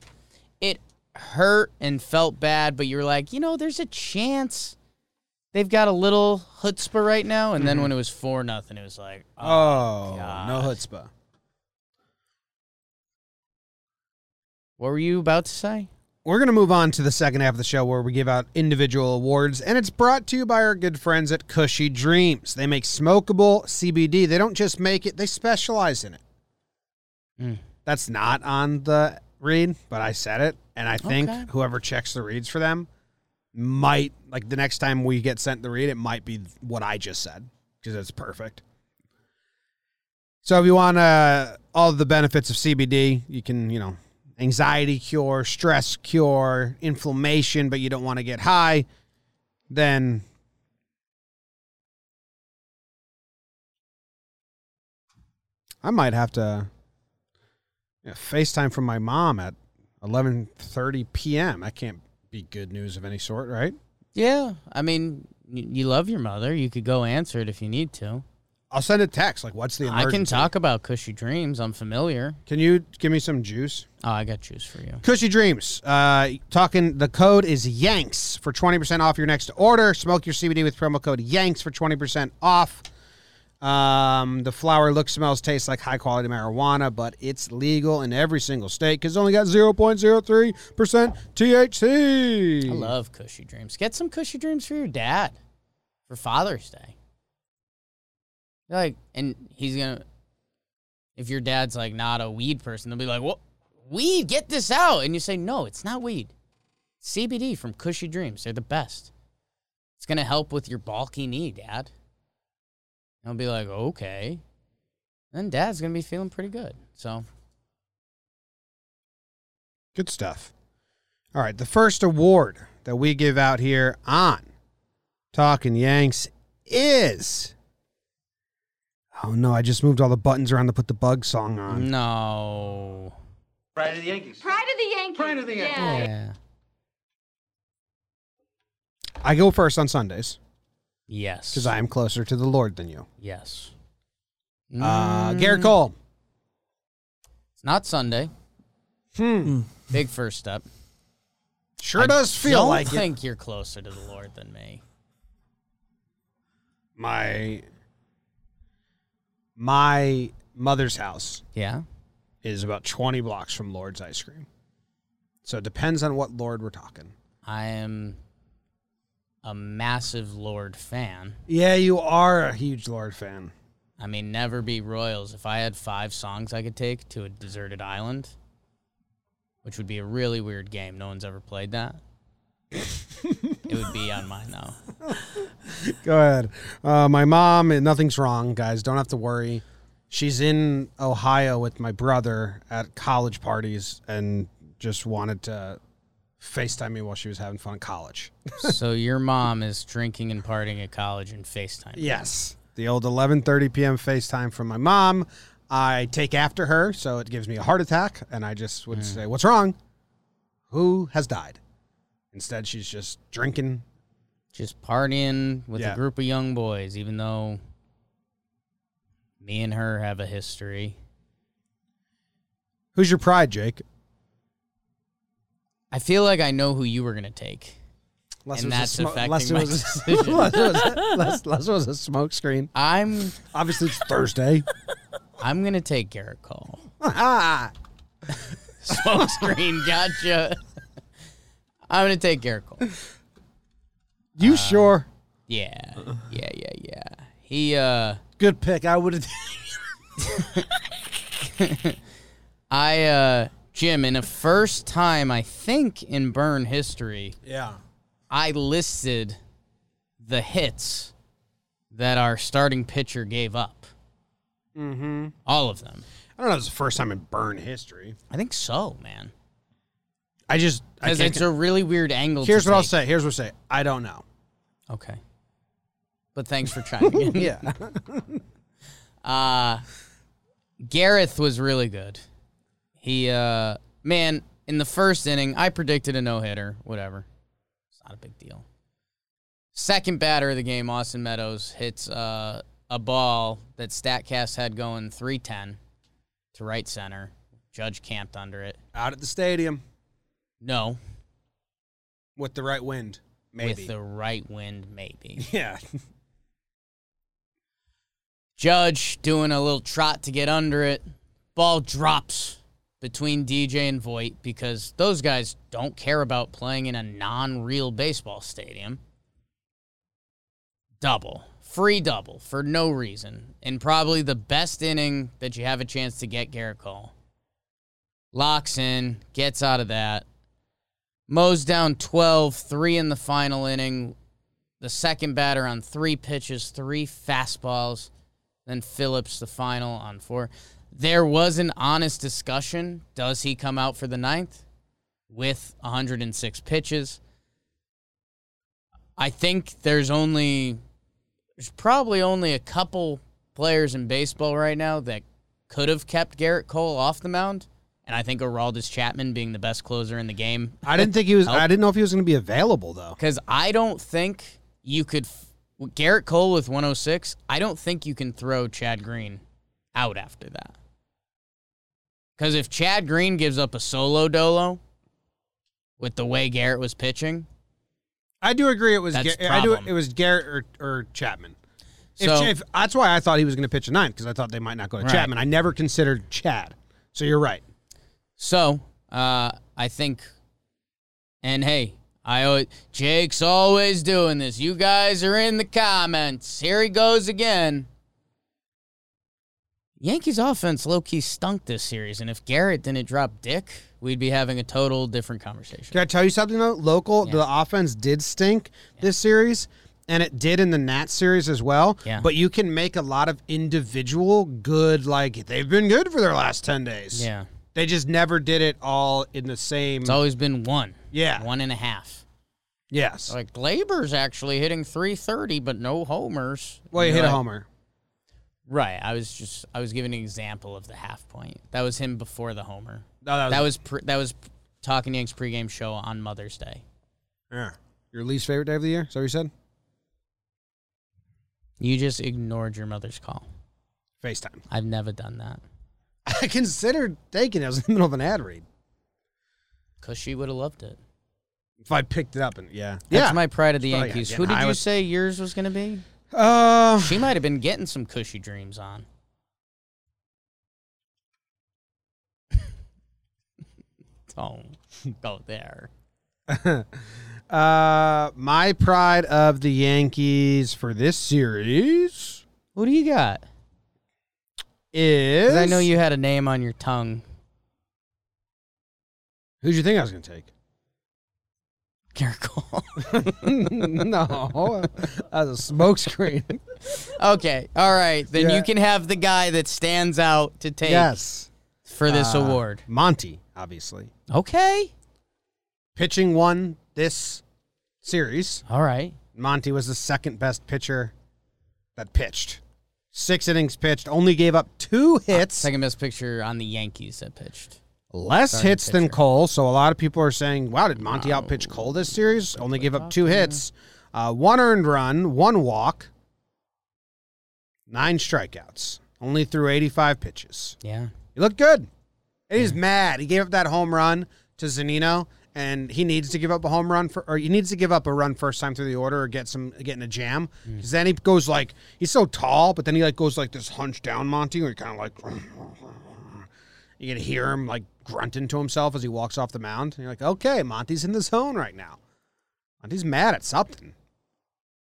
it hurt and felt bad, but you're like, you know, there's a chance they've got a little chutzpah right now. And Mm-hmm. then when it was four nothing, it was like, oh, Oh, no God. chutzpah. what were you about to say? we're going to move on to the second half of the show where we give out individual awards, and it's brought to you by our good friends at Cushy Dreams. They make smokable CBD. They don't just make it, they specialize in it. Mm. That's not on the read, but I said it. And I think Okay. whoever checks the reads for them might, like the next time we get sent the read, it might be what I just said because it's perfect. So if you want uh, all the benefits of CBD, you can, you know, anxiety cure, stress cure, inflammation, but you don't want to get high, then I might have to yeah, FaceTime from my mom at 11:30 p.m. That can't be good news of any sort, right? Yeah, I mean, y- you love your mother. You could go answer it if you need to. I'll send a text like what's the I emergency? can talk about cushy dreams. I'm familiar. Can you give me some juice? Oh, I got juice for you. Cushy Dreams. Uh, talking. The code is Yanks for twenty percent off your next order. Smoke your CBD with promo code Yanks for twenty percent off. Um, the flower looks, smells, tastes like high quality marijuana, but it's legal in every single state because it's only got zero point zero three percent THC. I love cushy dreams. Get some cushy dreams for your dad for Father's Day. Like, and he's gonna. If your dad's like not a weed person, they'll be like, "What weed? Get this out!" And you say, "No, it's not weed. CBD from Cushy Dreams. They're the best. It's gonna help with your bulky knee, Dad." And I'll be like, "Okay." Then Dad's gonna be feeling pretty good. So Good stuff. All right, the first award that we give out here on Talking Yanks is. Oh no! I just moved all the buttons around to put the bug song on. Mm-hmm. no. Pride of the Yankees. Pride of the Yankees. Pride of the Yankees. Yeah. Yeah. I go first on Sundays Yes. because I am closer to the Lord than you. Yes. Uh, Mm, Garrett Cole. It's not Sunday. Hmm. Big first step. Sure Mm. I does feel Don't like it. think you're closer to the Lord than me. my my mother's house Yeah. is about 20 blocks from Lord's ice cream. So it depends on what Lord we're talking. I am a massive Lord fan. Yeah, you are a huge Lord fan. I mean, never be Royals. If I had five songs I could take to a deserted island, which would be a really weird game. No one's ever played that. it would be on mine now. Go ahead. Uh, my mom, and nothing's wrong, guys. Don't have to worry. She's in Ohio with my brother at college parties and just wanted to FaceTime me while she was having fun at college. so your mom is drinking and partying at college and FaceTime. Yes. The old 11:30 p.m. FaceTime from my mom. I take after her, so it gives me a heart attack and I just would say, "What's wrong? Who has died?" Instead, she's just drinking. just partying with Yeah. a group of young boys, even though me and her have a history. Who's your pride, Jake? I feel like I know who you were gonna take. Unless it was And a that's affecting unless it my was a- decision. unless it was a- unless- unless it was a smoke screen. I'm Obviously, it's Thursday. I'm gonna take Garrett Cole. Ah, Smoke screen, gotcha. I'm gonna take Garrett Cole. Uh, you sure? Yeah, yeah, yeah, yeah. He uh, Good pick. I would have. I uh, Jim, in a first time I think in Burn history, yeah. I listed the hits that our starting pitcher gave up. Mm-hmm. All of them. I don't know. It's the first time in burn history. I think so, man. I just. I Because can't, it's a really weird angle. to here's what I'll take. say. Here's what I'll say. I don't know. Okay. But thanks for trying again. Yeah. Uh Gareth was really good. He uh man, in the first inning, I predicted a no-hitter, whatever. It's not a big deal. Second batter of the game, Austin Meadows hits uh a ball that Statcast had going 310 to right center. Judge camped under it. Out at the stadium No, with the right wind, maybe. with the right wind maybe. yeah. Judge doing a little trot to get under it. Ball drops between DJ and Voight because those guys don't care about playing in a non real baseball stadium. Double, free double for no reason, and probably the best inning that you have a chance to get Garrett Cole. Locks in, gets out of that. Moe's down 12, three in the final inning. The second batter on three pitches, three fastballs. Then Phillips, the final on four. There was an honest discussion. Does he come out for the ninth with 106 pitches? I think there's only, there's probably only a couple players in baseball right now that could have kept Garrett Cole off the mound. And I think Araldis Chapman being the best closer in the game I didn't think he was. Help. I didn't know if he was going to be available though. because I don't think you could. f- with Garrett Cole with 106, I don't think you can throw Chad Green out after that. Because if Chad Green gives up a solo dolo with the way Garrett was pitching, I do agree. It was. That's Ga- I do. problem. It was Garrett or, or Chapman. If, so Ch- if, that's why I thought he was going to pitch a ninth because I thought they might not go to Right. Chapman. I never considered Chad. So you're right. so uh, I think, and hey, I always, Jake's always doing this. You guys are in the comments. Here he goes again. Yankees offense low key stunk this series, and if Garrett didn't drop Dick, we'd be having a total different conversation. Can I tell you something though? Local, Yeah. the offense did stink this series, and it did in the Nats series as well. Yeah. But you can make a lot of individual good. Like they've been good for their last ten days. Yeah, They just never did it all in the same. it's always been one, yeah. one and a half. Yes. Like Glaber's actually hitting 330, but no homers. well, you You're hit a like, homer. Right. I was just I was giving an example of the half point. That was him before the homer. No, that was. That was pre- that was Talking Yanks pregame show on Mother's Day. yeah. Your least favorite day of the year? Is that what you said? You just ignored your mother's call. FaceTime. I've never done that I considered taking it. I was in the middle of an ad read. because she would have loved it. If I picked it up and yeah. That's my pride of the Probably Yankees. gotta Who get did high you with- say yours was going to be? Uh, She might have been getting some cushy dreams on. Don't go there. uh, my pride of the Yankees for this series What do you got? is. Because I know you had a name on your tongue. Who'd you think I was going to take? Caracol. no, that was a smokescreen. okay. All right. Then Yeah. you can have the guy that stands out to take yes, for this Uh, award. Monty, obviously Okay. pitching won this series. All right. Monty was the second best pitcher that pitched. Six innings pitched, only gave up two hits. Second best picture on the Yankees that pitched. less Starting hits than pitcher. Cole. So a lot of people are saying, "Wow, did Monty outpitch Cole this series? Only gave up two hits, uh, one earned run, one walk, nine strikeouts. Only threw 85 pitches. Yeah. He looked good. And he's mad. He gave up that home run to Zanino." And he needs to give up a home run for, or he needs to give up a run first time through the order, or get some, get in a jam. Because then he goes like, he's so tall, but then he like goes like this hunched down Monty, where he kind of like, you can hear him like grunting to himself as he walks off the mound. And you're like, okay, Monty's in the zone right now. Monty's mad at something.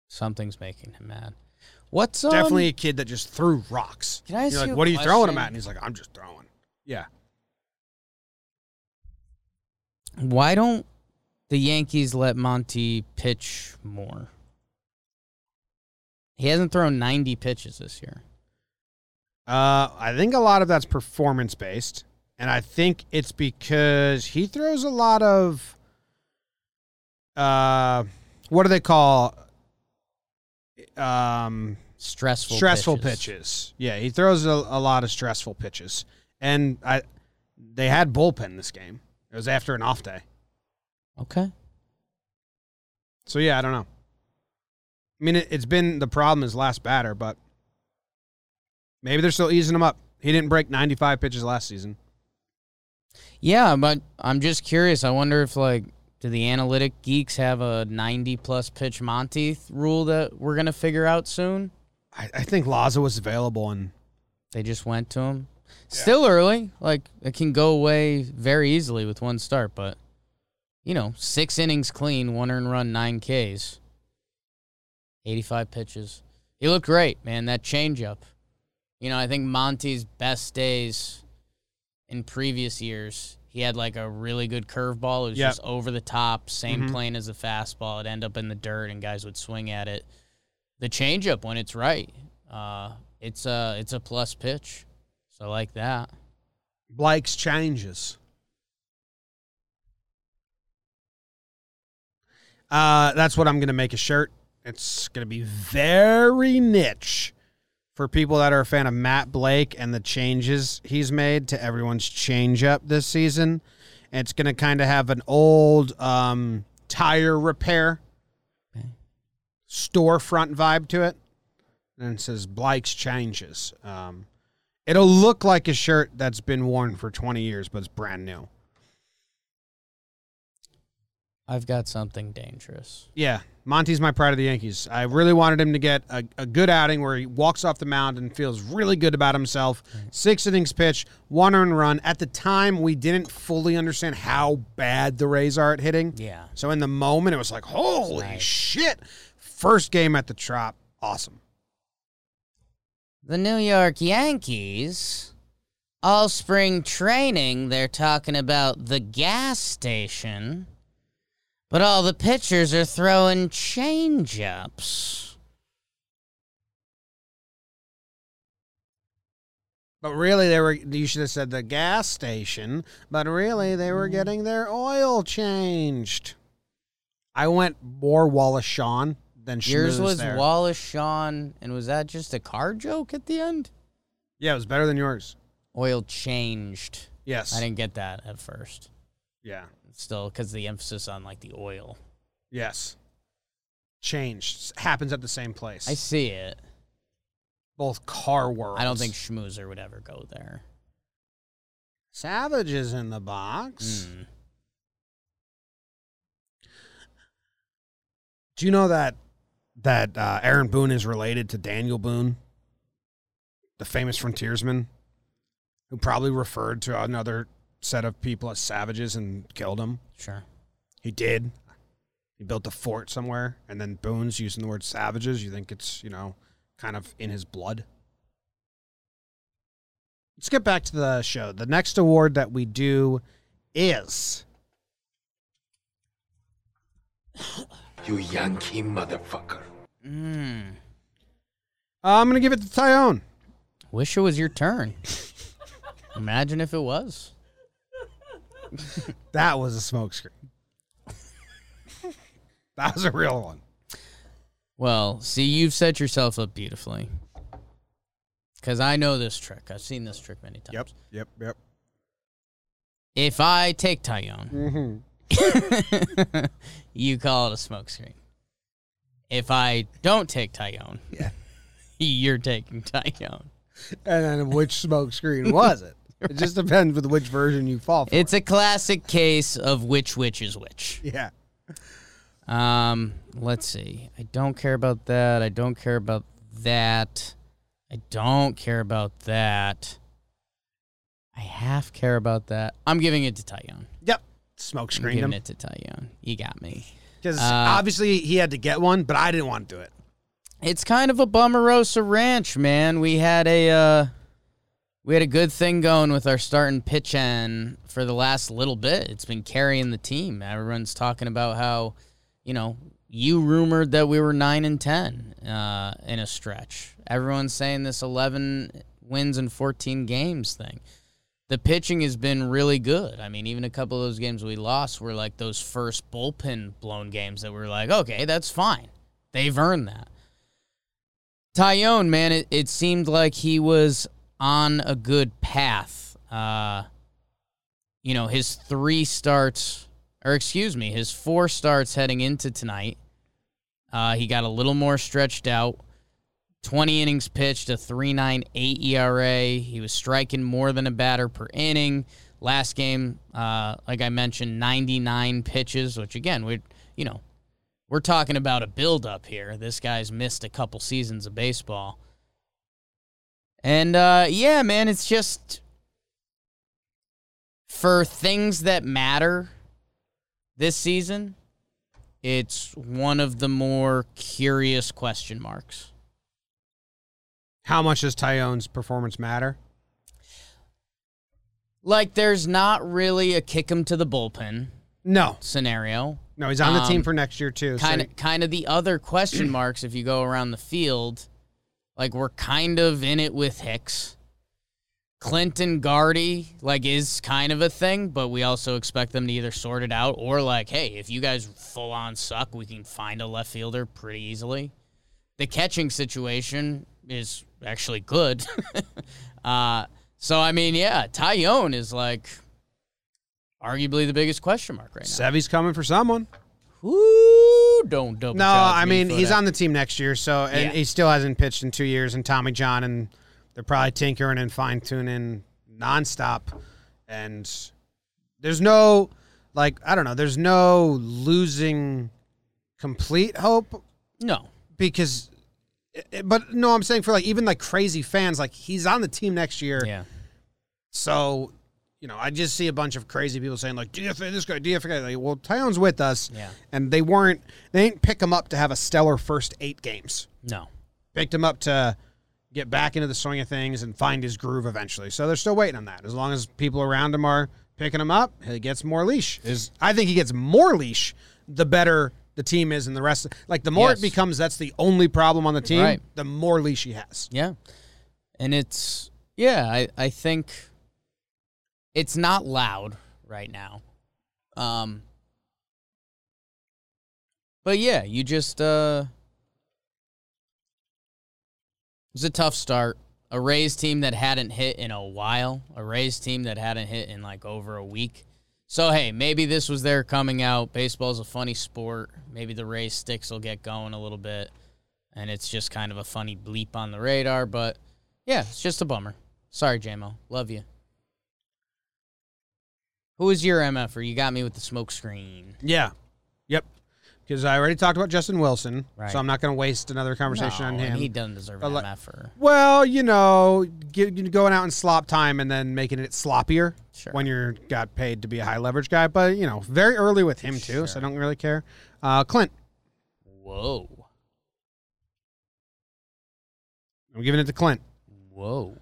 Something's making him mad. What's um, Definitely a kid that just threw rocks. Can I ask you're like, you a what are you throwing him question? at? And he's like, I'm just throwing. Yeah. Why don't the Yankees let Monty pitch more? He hasn't thrown 90 pitches this year. Uh, I think a lot of that's performance based. And I think it's because he throws a lot of, uh, what do they call, um, Stressful stressful pitches. pitches. Yeah, he throws a, a lot of stressful pitches, and I they had bullpen this game. It was after an off day, Okay. so yeah, I don't know. I mean, it, it's been the problem is last batter, but maybe they're still easing him up. He didn't break 95 pitches last season. Yeah, but I'm just curious. I wonder if like do the analytic geeks have a 90 plus pitch Monty th- rule that we're gonna figure out soon? I, I think Laza was available, and They just went to him. Still early. Like it can go away very easily with one start, but you know, six innings clean, one earned run, nine Ks, eighty-five pitches. He looked great, man. That changeup. You know, I think Monty's best days in previous years, he had like a really good curveball. It was Yep. just over the top, same plane as the fastball. It'd end up in the dirt, and guys would swing at it. The changeup, when it's right, uh, it's a it's a plus pitch. So I like that. Blake's changes. Uh, that's what I'm going to make a shirt. It's going to be very niche for people that are a fan of Matt Blake and the changes he's made to everyone's change up this season. And it's going to kind of have an old um, tire repair storefront vibe to it. And it says Blake's changes. Um, It'll look like a shirt that's been worn for 20 years, but it's brand new. I've got something dangerous. Yeah. Monty's my pride of the Yankees. I really wanted him to get a, a good outing where he walks off the mound and feels really good about himself. Six innings pitched, one earned run. At the time, we didn't fully understand how bad the Rays are at hitting. Yeah. So in the moment, it was like, holy Nice. shit. First game at the Trop. Awesome. The New York Yankees, all spring training, they're talking about the gas station, but all the pitchers are throwing changeups. But really, they were. You should have said the gas station. But really, they Mm. were getting their oil changed. I went more Wallace Shawn than Yours Schmooze was there. Wallace Shawn, and was that just a car joke at the end? yeah, it was better than yours. Oil changed. Yes. I didn't get that at first. yeah. Still, because the emphasis on like the oil. Yes. Changed happens at the same place. I see it. Both car worlds. I don't think Schmoozer would ever go there. Savage is in the box. Mm. Do you know that that uh, Aaron Boone is related to Daniel Boone, the famous frontiersman, who probably referred to another set of people as savages and killed them? Sure. He did. He built a fort somewhere, and then Boone's using the word savages. You think it's you know kind of in his blood. Let's get back to the show. The next award that we do is You Yankee motherfucker. Mm. uh, I'm going to give it to Tyone. Wish it was your turn. Imagine if it was. That was a smokescreen. that was a real one. Well, see, you've set yourself up beautifully. Because I know this trick. I've seen this trick many times. Yep. Yep. If I take Tyone, Mm-hmm. you call it a smokescreen. If I don't take Tyone, Yeah. you're taking Tyone. And then which smokescreen was it? It just depends with which version you fall for. It's a classic case of which which is which. yeah. Um, let's see. I don't care about that. I don't care about that. I don't care about that. I half care about that. I'm giving it to Tyone. Yep. I'm Smokescreen giving him it to Tyone. You got me. because Uh, obviously he had to get one, but I didn't want to do it. It's kind of a bummerosa ranch, man. We had a uh, we had a good thing going with our starting pitch end for the last little bit. It's been carrying the team. Everyone's talking about how, you know, you rumored that we were nine and ten uh, in a stretch. Everyone's saying this eleven wins in fourteen games thing. The pitching has been really good. I mean, even a couple of those games we lost were like those first bullpen blown games that we were like, okay, that's fine. They've earned that. Tyone, man, it, it seemed like he was on a good path. Uh, you know, his three starts, or excuse me, his four starts heading into tonight, uh, he got a little more stretched out. 20 innings pitched, a 3.98 ERA. E He was striking more than a batter per inning. Last game, uh, like I mentioned, 99 pitches, which again, we you know, we're talking about a buildup here. This guy's missed a couple seasons of baseball. And uh, yeah, man, it's just for things that matter this season, it's one of the more curious question marks. How much does Tyone's performance matter? Like, there's not really a kick him to the bullpen No, scenario. no, he's on the team Um, for next year too. kind so of kind of the other question marks if you go around the field like we're kind of in it with hicks clinton guardy like is kind of a thing but we also expect them to either sort it out or like hey if you guys full on suck we can find a left fielder pretty easily the catching situation is actually good uh, so i mean yeah tyone is like arguably the biggest question mark right now Sevy's coming for someone. Ooh, don't double. No, charge I me mean for he's that. on the team next year, so and Yeah. he still hasn't pitched in two years. And Tommy John, and they're probably tinkering and fine tuning nonstop. And there's no, like, I don't know, there's no losing complete hope No, because. eh, But no, I'm saying for like even like crazy fans, like he's on the team next year. yeah, So, you know, I just see a bunch of crazy people saying like DFA this guy, DFA guy. Like, well, Tyone's with us, Yeah. and they weren't. They didn't pick him up to have a stellar first eight games. no. Picked him up to get back into the swing of things and find his groove eventually. So they're still waiting on that. As long as people around him are picking him up, he gets more leash. Is I think he gets more leash the better the team is and the rest. Like the more Yes. it becomes, that's the only problem on the team. Right. The more leash he has. Yeah. And it's yeah, I I think it's not loud right now. Um But yeah, you just uh It was a tough start. A Rays team that hadn't hit in a while, a Rays team that hadn't hit in like over a week. So hey, maybe this was their coming out. Baseball's a funny sport. Maybe the Rays sticks will get going a little bit and it's just kind of a funny bleep on the radar. But yeah, it's just a bummer. Sorry, JMO. Love you. Who is your MFer? You got me with the smoke screen. Yeah. Yep. Because I already talked about Justin Wilson, Right. so I'm not going to waste another conversation No, on and him. He doesn't deserve But an er. like- MFer. well, you know, g going out and slop time and then making it sloppier Sure. when you're got paid to be a high leverage guy. But you know, very early with him too, so I don't really care. Uh, Clint, Whoa. I'm giving it to Clint. Whoa.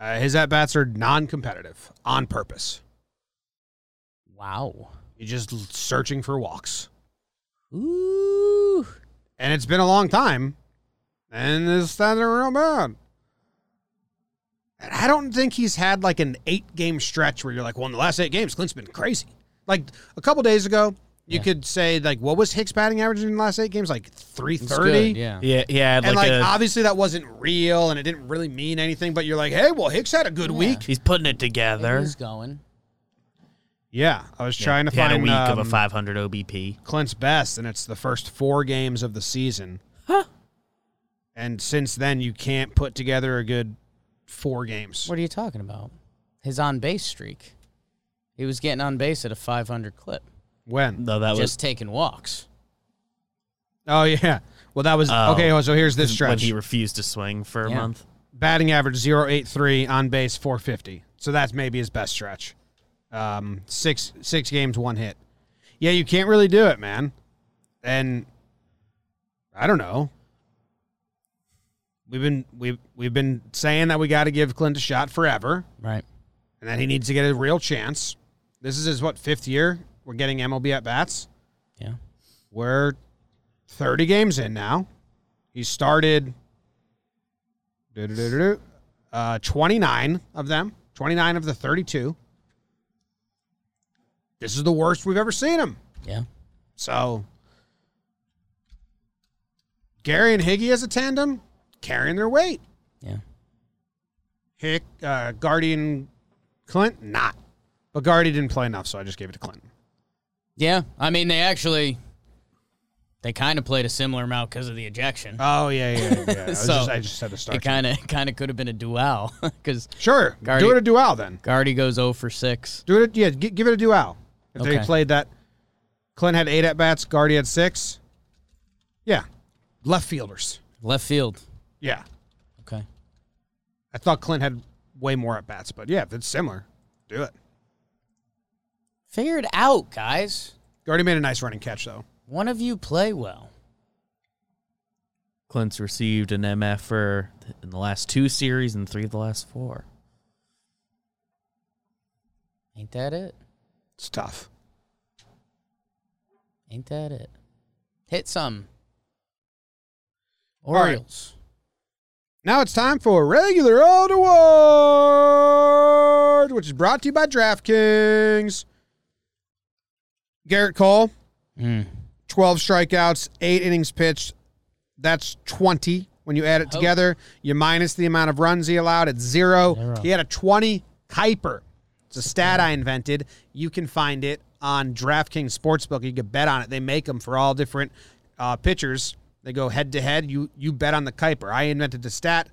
Uh, his at bats are non-competitive on purpose. Wow. You're just l- searching for walks, Ooh. and it's been a long time, and it's standing real bad. And I don't think he's had like an eight game stretch where you're like, well, in the last eight games, Clint's been crazy. Like a couple days ago, you Yeah. could say like, what was Hicks batting average in the last eight games? Like three It's thirty. good, Yeah. Yeah, yeah. Like, And like, a- obviously that wasn't real and it didn't really mean anything. But you're like, hey, well, Hicks had a good Yeah. week. he's putting it together. He's going. Yeah, I was trying to He had find a week of a um, 500 OBP. Clint's best, and it's the first four games of the season. And since then, you can't put together a good four games. What are you talking about? His on base streak. He was getting on base at a 500 clip, When? No, that just taking walks. Oh yeah. Well, that was Oh. okay. well, So here's this was when stretch: he refused to swing for a Yeah. month. batting average 0.83, on base 450. So that's maybe his best stretch. Um, six six games, one hit. Yeah, you can't really do it, man. And I don't know. We've been we've we've been saying that we got to give Clint a shot forever. Right. and that he needs to get a real chance. This is his what fifth year we're getting MLB at bats. Yeah. We're thirty games in now. He started do-do-do-do-do, uh, twenty nine of them, twenty nine of the thirty two. This is the worst we've ever seen him. Yeah. So Gary and Higgy as a tandem carrying their weight. Yeah. Hick, uh, Guardian, Clint, not. But Guardy didn't play enough, so I just gave it to Clinton. Yeah, I mean they actually they kind of played a similar amount because of the ejection. Oh yeah, yeah, yeah. yeah. I, was So, just, I just had to start. it kind of kind of could have been a duel because sure, Guardy- do it a duel then. Guardy goes 0 for six. Do it, yeah. gi- give it a duel. If they Okay. played that, Clint had eight at bats. Guardy had six. Yeah, left fielders. Left field. Yeah, Okay. I thought Clint had way more at bats, but yeah, if it's similar, do it. Figure it out, guys. You already made a nice running catch though. One of you play well. Clint's received an MF for in the last two series and three of the last four. Ain't that it? It's tough. Ain't that it? Hit some. right. Orioles. Now it's time for regular old award, which is brought to you by DraftKings. Garrett Cole, Mm. 12 strikeouts, eight innings pitched. That's 20. When you add it Oh. together, you minus the amount of runs he allowed. It's zero. Zero. He had a 20 Kuiper. It's a stat I invented. You can find it on DraftKings Sportsbook. You can bet on it. They make them for all different uh, pitchers. They go head to head. You you bet on the Kuiper. I invented the stat.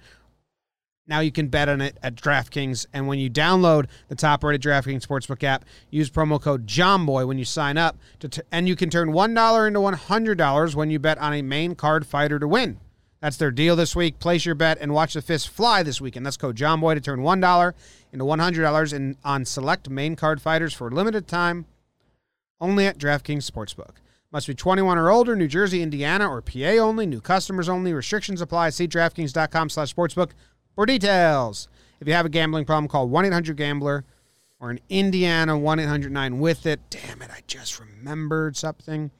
Now you can bet on it at DraftKings. And when you download the top rated DraftKings Sportsbook app, use promo code JOMBOY when you sign up. To t- and you can turn $1 into $100 when you bet on a main card fighter to win. That's their deal this week. Place your bet and watch the fist fly this weekend. That's code JOMBOY to turn $1 into $100 in, on select main card fighters for a limited time only at DraftKings Sportsbook. Must be 21 or older, New Jersey, Indiana, or PA only. New customers only. Restrictions apply. See DraftKings.com slash sportsbook for details. If you have a gambling problem, call 1-800-GAMBLER or in Indiana, 1-800-9-WITH-IT. Damn it, I just remembered something.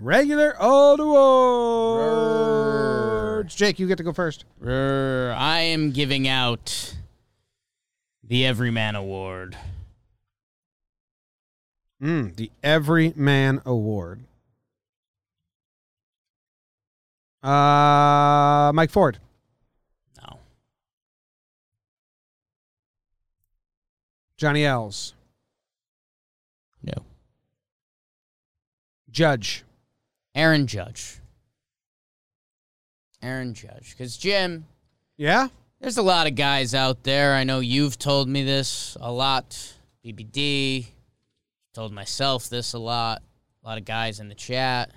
Regular old awards. Jake, you get to go first. Rrr, I am giving out the Everyman Award. Mm, the Everyman Award. Uh, Mike Ford. No. Johnny Ells, No. Judge, Aaron Judge. Aaron Judge. Because, Jim, yeah, there's a lot of guys out there. I know you've told me this a lot. BBD told myself this a lot. A lot of guys in the chat.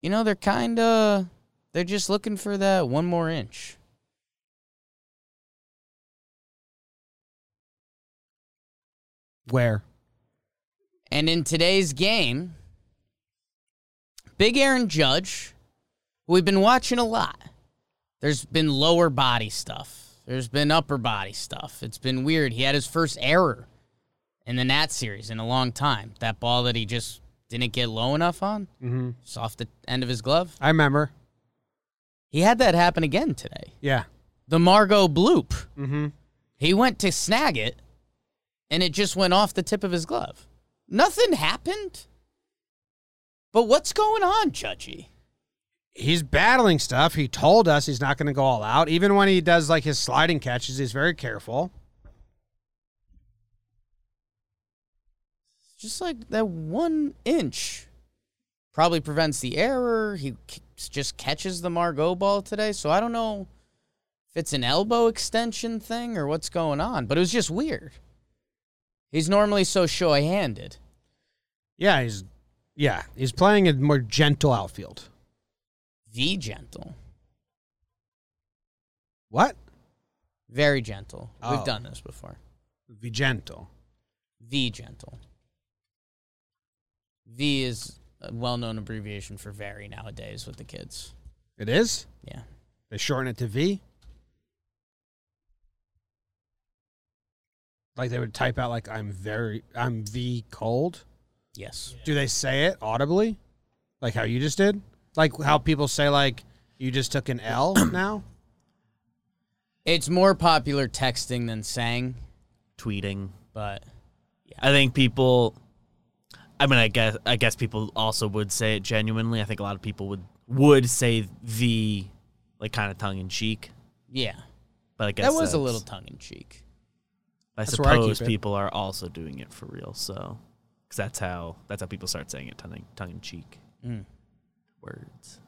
You know, they're kind of, they're just looking for that one more inch. where? And in today's game, Big Aaron Judge, who we've been watching a lot. There's been lower body stuff. There's been upper body stuff. It's been weird. He had his first error in the Nat series in a long time. That ball that he just didn't get low enough on, Mm-hmm. just off the end of his glove. I remember. He had that happen again today. Yeah. The Margot bloop. Mm-hmm. He went to snag it, and it just went off the tip of his glove. Nothing happened. But what's going on, Judgy? He's battling stuff. He told us he's not going to go all out. Even when he does like his sliding catches, he's very careful. Just like that one inch probably prevents the error. He k- just catches the Margot ball today. So I don't know if it's an elbow extension thing or what's going on, but it was just weird. He's normally so showy handed. Yeah, he's yeah he's playing a more gentle outfield. The gentle. What? Very gentle. Oh. We've done this before. Vigento. V gentle. V is a well known abbreviation for very nowadays with the kids. It is. Yeah. They shorten it to V. Like they would type out like I'm very I'm V cold. Yes. Do they say it audibly? Like how you just did? Like how people say like you just took an L now? It's more popular texting than saying, Tweeting. but I think people. I mean, I guess I guess people also would say it genuinely. I think a lot of people would would say the like kind of tongue in cheek, yeah. but I guess That was a that's- little tongue in cheek. I That's where I keep suppose it. people are also doing it for real, so because that's how that's how people start saying it tongue tongue in cheek Mm. words.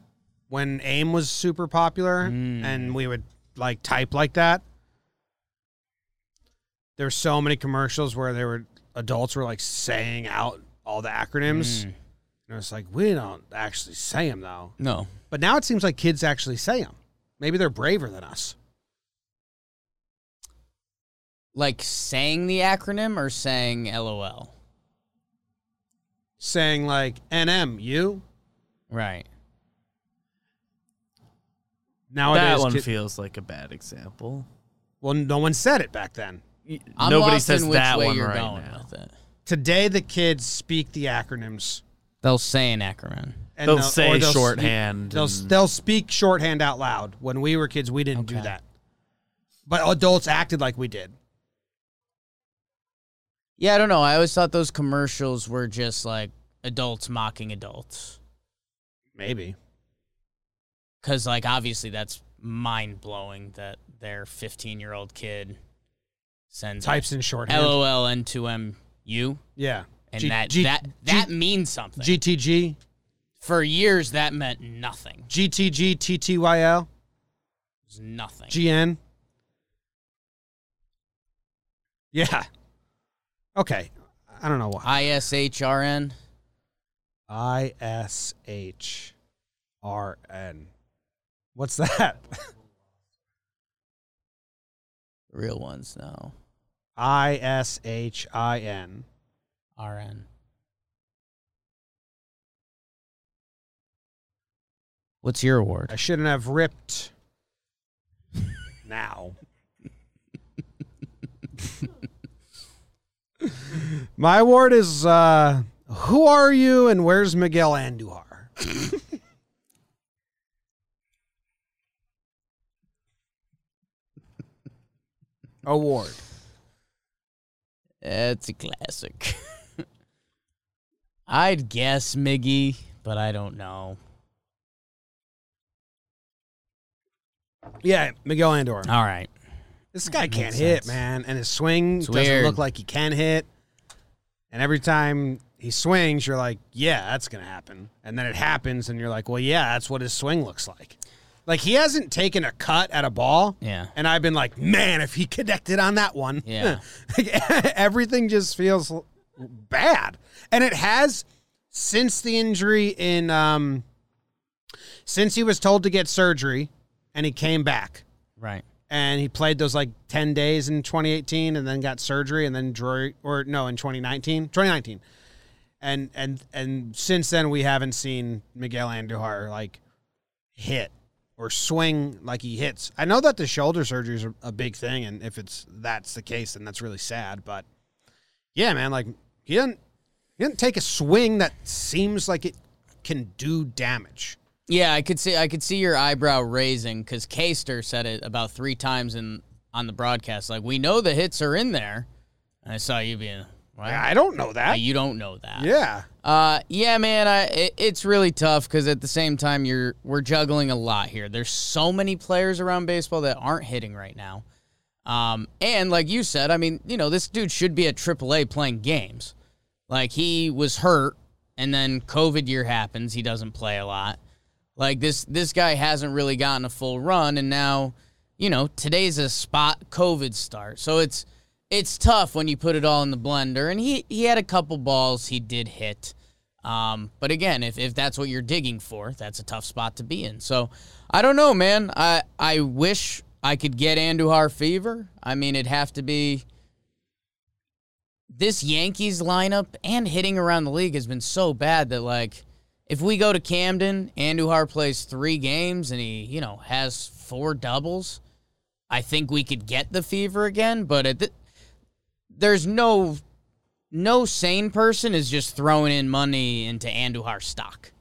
When AIM was super popular Mm. and we would like type like that. There were so many commercials where they were adults were like saying out all the acronyms. Mm. And it's like we don't actually say them though. No. But now it seems like kids actually say them. Maybe they're braver than us. Like saying the acronym or saying LOL? Saying like NM, you Right. nowadays. that one kid- feels like a bad example. well, no one said it back then. Y- I'm Nobody lost says in which that way one you're right going now. with it. Today the kids speak the acronyms. They'll say an acronym. And They'll or say they'll Speak, shorthand they'll and- they'll speak shorthand out loud. When we were kids, we didn't do Okay. that, but adults acted like we did. Yeah, I don't know. I always thought those commercials were just like adults mocking adults. Maybe Cause like obviously that's mind blowing that their 15 year old kid sends types in shorthand. LOL into MU. Yeah, And G- that, G- that, that means something. G- GTG For years, that meant nothing. It GTG TTYL was nothing. GN. Yeah. Okay. I don't know why. ISHRN. I S H R N. What's that? Real ones, no. I S H I N. RN. What's your I award? shouldn't have ripped now. My award is uh, Who Are You and Where's Miguel Andujar? award. It's a classic. I'd guess Miggy, but I don't know. Yeah, Miguel Andujar. All right. This guy can't makes hit, sense. man, and his swing It's doesn't weird. look like he can hit. And every time he swings, you're like, "Yeah, that's gonna happen." And then it happens, and you're like, "Well, yeah, that's what his swing looks like." Like he hasn't taken a cut at a ball, Yeah. and I've been like, "Man, if he connected on that one, Yeah. Like, everything just feels l- bad." And it has since the injury in, um, since he was told to get surgery, and he came back Right. and he played those like 10 days in 2018 and then got surgery and then drew or no in 2019 2019 and and and since then we haven't seen miguel andujar like hit or swing like he hits i know that the shoulder surgery is a- a big thing and if it's that's the case then that's really sad but yeah man like he didn't he didn't take a swing that seems like it can do damage Yeah, I could see I could see your eyebrow raising because Kaster said it about three times in on the broadcast. Like we know the hits are in there. And I saw you being i right. I don't know that you don't know that. yeah Uh, yeah, man, I, it, it's really tough because at the same time you're we're juggling a lot here. There's so many players around baseball that aren't hitting right now, um, and like you said, I mean, you know, this dude should be at AAA playing games. Like he was hurt, and then COVID year happens, he doesn't play a lot. Like this this guy hasn't really gotten a full run, and now, you know, today's a spot COVID start, so it's. It's tough when you put it all in the blender, and he, he had a couple balls he did hit. Um, but again, if, if that's what you're digging for, that's a tough spot to be in. So I don't know, man. I I wish I could get Andujar fever. I mean, it'd have to be this Yankees lineup and hitting around the league has been so bad that like if we go to Camden, Andujar plays three games and he you know has four doubles. I think we could get the fever again, but at the, there's no no sane person is just throwing in money into Andujar stock.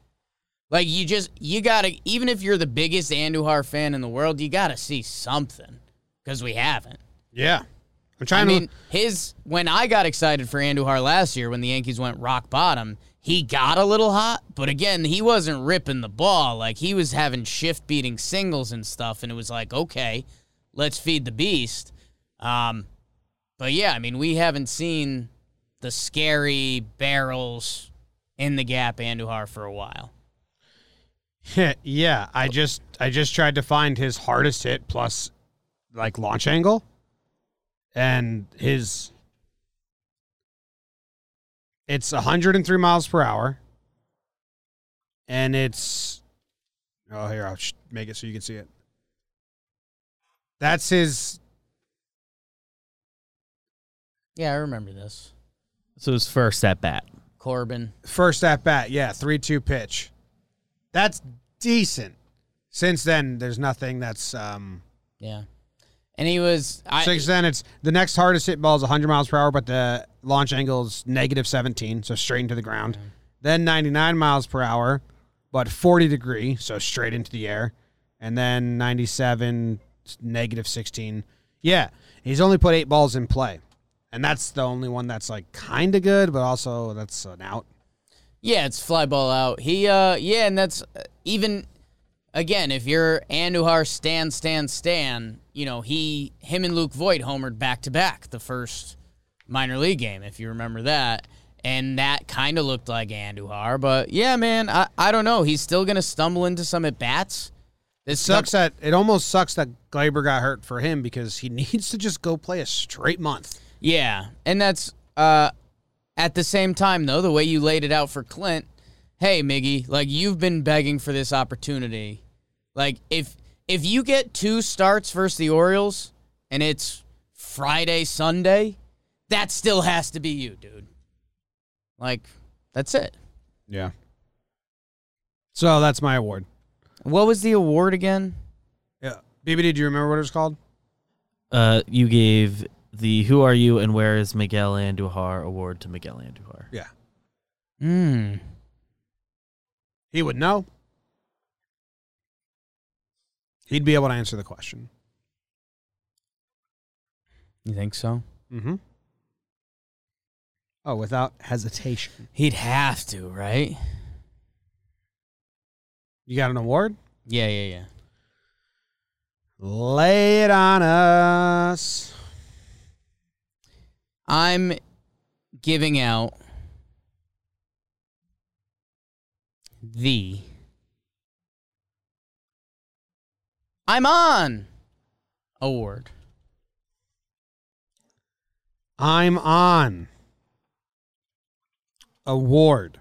Like you just you gotta even if you're the biggest Andujar fan in the world, you gotta see something because we haven't. yeah i'm I trying to mean, his when I got excited for Andujar last year when the Yankees went rock bottom, he got a little hot, but again, he wasn't ripping the ball. Like he was having shift beating singles and stuff, and it was like, okay, let's feed the beast. Um, but yeah, I mean, we haven't seen the scary barrels in the gap Andujar for a while. yeah, I just I just tried to find his hardest hit plus like launch angle and his it's 103 miles per hour and it's oh here I'll sh- make it so you can see it. That's his. Yeah, I remember this. So his first at bat. Corbin. First at bat, yeah, 3 2 pitch. That's decent. Since then, there's nothing that's. Um, Yeah. And he was I since then, it's the next hardest hit ball is 100 miles per hour, but the launch angle is negative 17, so straight into the ground. Then 99 miles per hour, but 40 degree, so straight into the air. And then 97, negative 16. Yeah, he's only put eight balls in play. And that's the only one that's like kind of good, but also that's an out. Yeah, it's fly ball out. He uh yeah, and that's uh, even again, if you're Andujar Stan Stan Stan, you know, he him and Luke Voigt homered back to back the first minor league game, if you remember that. And that kind of looked like Andujar, but yeah, man, I, I don't know. He's still gonna stumble into some at bats. This Sucks that it almost sucks that Glaber got hurt for him because he needs to just go play a straight month. Yeah, and that's uh, at the same time though the way you laid it out for Clint. Hey, Miggy, like you've been begging for this opportunity. Like if if you get two starts versus the Orioles and it's Friday Sunday, that still has to be you, dude. Like that's it. Yeah. So that's my award. What was the award again? Yeah. BBD, do you remember what it was called? Uh, you gave the Who Are You and Where is Miguel Andujar award to Miguel Andujar. Yeah. Hmm. He would know. He'd be able to answer the question. You think so? Mm-hmm. Oh, without hesitation. He'd have to, right? You got an award? Yeah, yeah, yeah. Lay it on us. I'm giving out the I'm on award. I'm on. Award.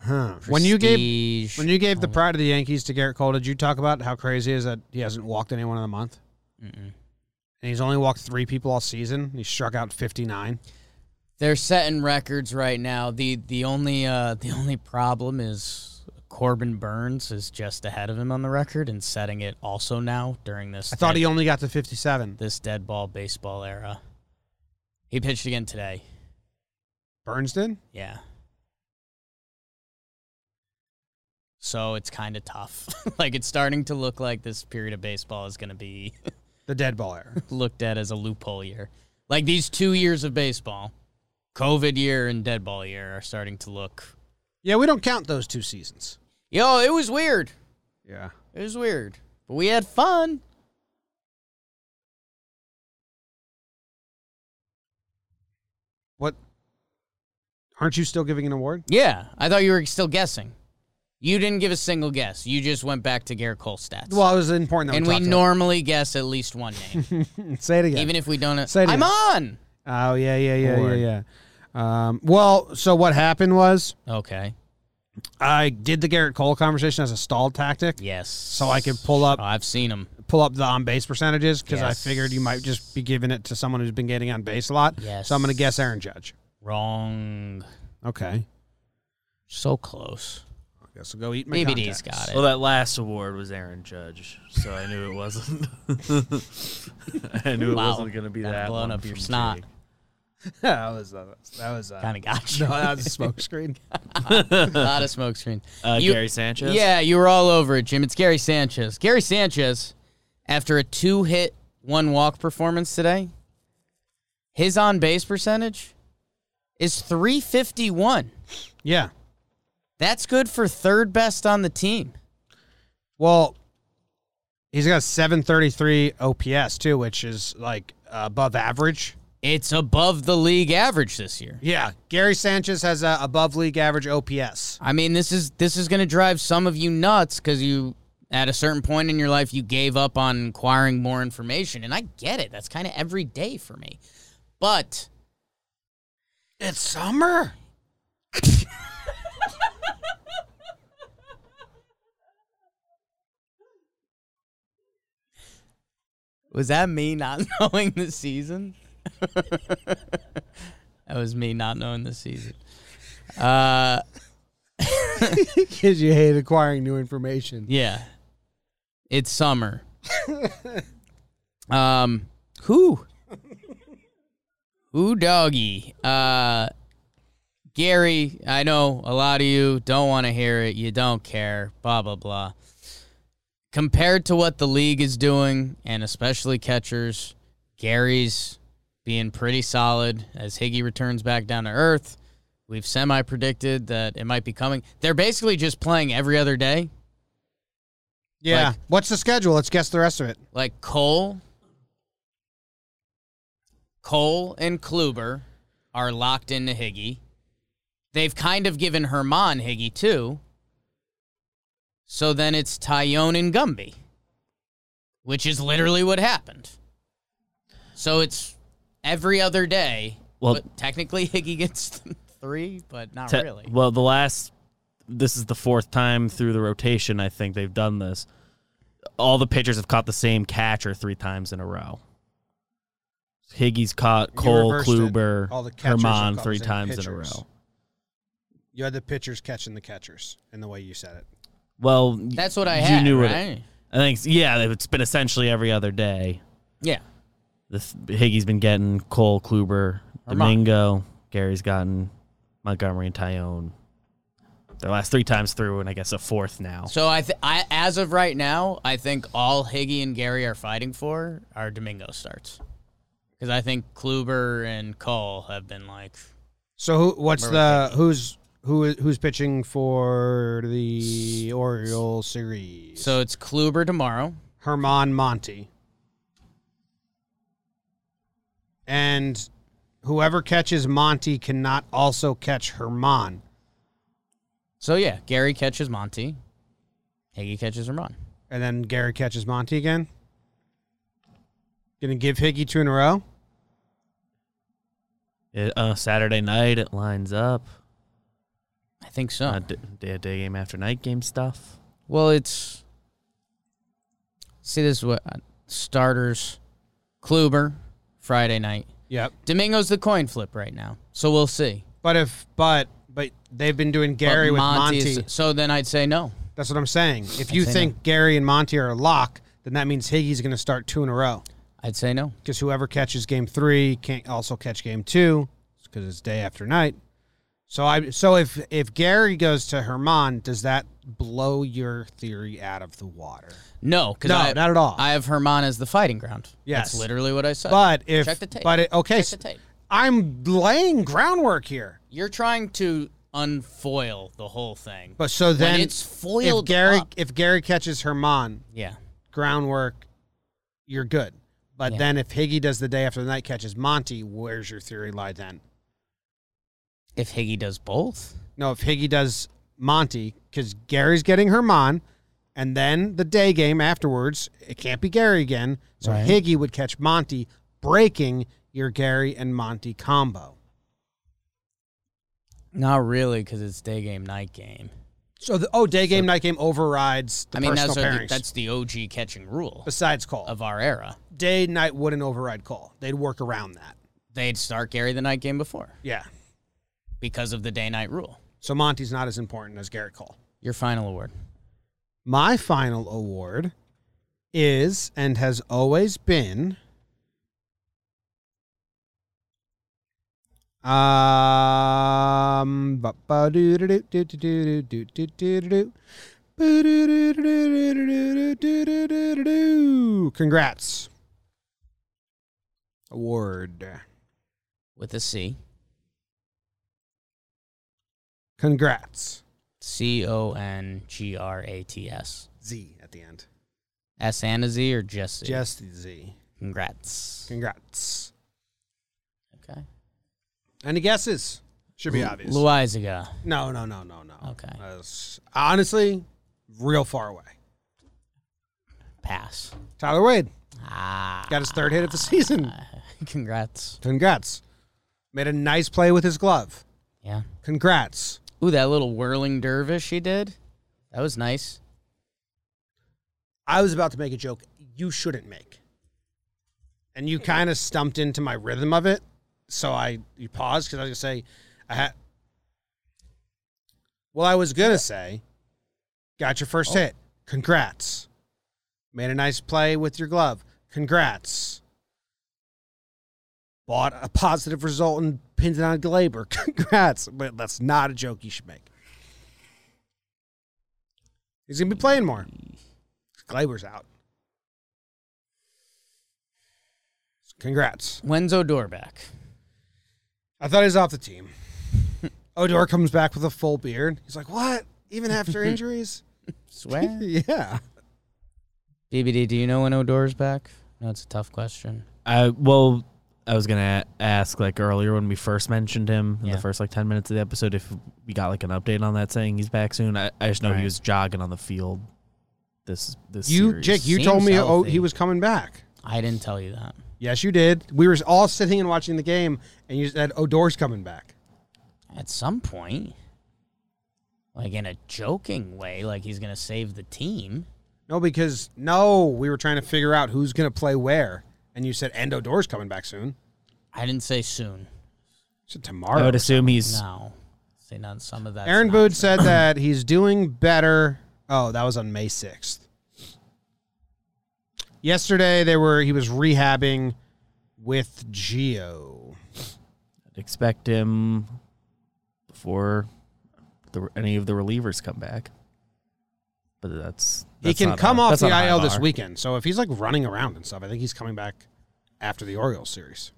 Huh. When you gave Prestige. When you gave the pride of the Yankees to Garrett Cole, did you talk about how crazy it is that he hasn't walked anyone in a month? Mm-mm. And he's only walked three people all season. He struck out 59. they're setting records right now. the The only uh, the only problem is Corbin Burns is just ahead of him on the record and setting it also now during this. I thought dead- he only got to 57. this dead ball baseball era. He pitched again today. Burns did? Yeah. So it's kind of tough. like it's starting to look like this period of baseball is going to be The dead ball error. looked at as a loophole year. Like these 2 years of baseball, COVID year and dead ball year are starting to look yeah, we don't count those two seasons. Yo, it was weird. Yeah. It was weird. But we had fun. What? Aren't you still giving an award? Yeah, I thought you were still guessing. You didn't give a single guess. You just went back to Garrett Cole stats. Well, it was important that and we, we talked normally guess at least one name, about it. Say it again. even if we don't. Say it I'm again. on. oh, yeah, yeah, yeah, Award. yeah, yeah. Um, well, so what happened was Okay. I did the Garrett Cole conversation as a stalled tactic. Yes. So I could pull up Oh, I've seen him. pull up the on base percentages because I Yes. figured you might just be giving it to someone who's been getting on base a lot. Yes. So I'm going to guess Aaron Judge. Wrong. Okay. So close. I guess I'll go eat my contacts. BBD's got it. Well, that last award was Aaron Judge, so I knew it wasn't. I knew Wow. it wasn't going to be Kinda that. blowing one up your from snot. Jake. that was uh, that was uh, Kind of got you. no, that was a smoke screen. a lot of smoke screen. Uh, You- Gary Sanchez. Yeah, you were all over it, Jim. It's Gary Sanchez. Gary Sanchez, after a two hit, one walk performance today, his on base percentage is 351. Yeah. That's good for third best on the team. Well, he's got a 733 OPS too, which is like above average. It's above the league average this year. Yeah, Gary Sanchez has a above league average OPS. I mean, this is this is going to drive some of you nuts because you, at a certain point in your life, you gave up on inquiring more information, and I get it. That's kind of every day for me, but It's summer. Was that me not knowing the season? that was me not knowing the season. Uh, Because you hate acquiring new information. yeah, it's summer. um, who? Who doggy? Uh, Gary, I know a lot of you don't want to hear it. You don't care. Blah blah blah. Compared to what the league is doing, and especially catchers, Gary's being pretty solid as Higgy returns back down to earth. We've semi predicted that it might be coming. They're basically just playing every other day. Yeah. Like- What's the schedule? Let's guess the rest of it. Like Cole, Cole and Kluber are locked into Higgy. They've kind of given Herman Higgy too. So then it's Tyone and Gumby, which is literally what happened. So it's every other day. Well- but technically Higgy gets three, but not Te- really. Well, the last this is the fourth time through the rotation I think they've done this. All the pitchers have caught the same catcher three times in a row. Higgy's caught You Cole reversed it. Kluber, All the catchers have Herman caught the three same times in a pitchers. row. You had the pitchers catching the catchers in the way you said it. Well, y- That's what I you had, knew what it- right? I think s- yeah, it's been essentially every other day. yeah. The th- Higgy's been getting Cole Kluber, Herman. Domingo, Gary's gotten Montgomery and Tyone. Their last three times through, and I guess a fourth now. So I, th- I, as of right now, I think all Higgy and Gary are fighting for are Domingo starts, because I think Kluber and Cole have been like So who, what's Where the who's who who's pitching for the Oriole series? so. It's Kluber tomorrow. Herman Monty. And whoever catches Monty cannot also catch Herman. So yeah, Gary catches Monty, Higgy catches Herman. And then Gary catches Monty again. Gonna give Higgy two in a row. It, uh, Saturday night, it lines up. I think so. Uh, d- day, day game after night game stuff. well, it's see this is what uh, starters Kluber Friday night. Yep. Domingo's the coin flip right now, so we'll see. But if but but they've been doing But Gary with Monty. is- so then I'd say no. That's what I'm saying. If you say think Gary and Monty are a lock, then that means Higgy's gonna start two in a row. I'd say no. because whoever catches game three can't also catch game two because it's day after night. So I so if if Gary goes to Herman, does that blow your theory out of the water? No, because No, I, not at all. I have Herman as the fighting ground. Yes. that's literally what I said. But if Uh, check the tape. but it, okay, Check the tape. I'm laying groundwork here. You're trying to unfoil the whole thing. But so then it's foiled if Gary up. if Gary catches Herman, yeah, groundwork, you're good. But Yeah. then if Higgy does the day after the night catches Monty, where's your theory lie then? if Higgy does both, No, if Higgy does Monty, because Gary's getting Herman, and then the day game afterwards, it can't be Gary again. So Right. Higgy would catch Monty, breaking your Gary and Monty combo. not really, because it's day game, night game. So the oh day game night game overrides the I mean, personal that's pairings. the, that's the OG catching rule besides call of our era. day night wouldn't override call. They'd work around that. They'd start Gary the night game before Yeah. because of the day night rule. So Monty's not as important as Garrett Cole. Your final award. My final award is and has always been um ba- ba- doo- doo- doo- doo- doo- doo- doo- doo- doo- doo. Boo- doo- doo- doo- doo- doo- doo- doo- doo- doo- doo- doo- doo. Congrats. Award. With a C. Congrats. C O N G R A T S. Z at the end. S and a Z or just C? Just Z. Congrats. Congrats. Okay. Any guesses? Should be obvious. Loizaga. No, no, no, no, no. Okay. Uh, s- honestly, real far away. Pass. Tyler Wade Ah. got his third hit of the season. Congrats. Congrats. Made a nice play with his glove. Yeah. Congrats. Ooh, that little whirling dervish he did. That was nice. I was about to make a joke you shouldn't make. and you kind of stumped into my rhythm of it. So I you paused because I was gonna say, I had. Well, I was gonna say, got your first hit. Congrats. Made a nice play with your glove. Congrats. Bought a positive result and pinned it on Glaber. Congrats. But that's not a joke you should make. He's gonna be playing more. Glaber's out. Congrats. When's Odor back? I thought he was off the team. Odor comes back with a full beard. He's like, "What? Even after injuries?" Swear. yeah. BBD, do you know when Odor's back? No, it's a tough question. I well, I was gonna a- ask like earlier when we first mentioned him in Yeah. the first like ten minutes of the episode if we got like an update on that saying he's back soon. I, I just know Right. he was jogging on the field. This this You, series. Jake, you Seems told me oh, healthy. he was coming back. I didn't tell you that. Yes, you did. We were all sitting and watching the game, and you said Odor's coming back. At some point, like in a joking way, like he's going to save the team. No, because no, we were trying to figure out who's going to play where, and you said and Odor's coming back soon. You I didn't say soon. said I tomorrow. would assume he's No. Say not some of that. Aaron Boone said that he's doing better. Oh, that was on May sixth. Yesterday they were he was rehabbing with Geo. expect him before the, any of the relievers come back. But that's, He that's can not come a- off that's the not a high IL this bar. weekend. So if he's like running around and stuff, I think he's coming back after the Orioles series.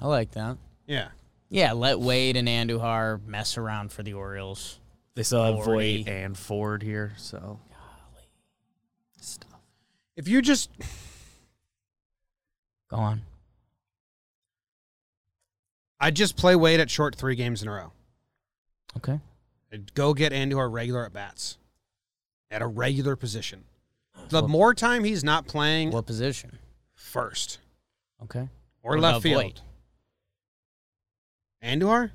I like that. Yeah. Yeah, let Wade and Andujar mess around for the Orioles. They still have Forty. Voight and Ford here, so If you just Go on. I just play Wade at short three games in a row. Okay. I'd go get Andujar regular at bats. At a regular position. The more time he's not playing What position? first Okay. or What left about field. Voit? Andujar,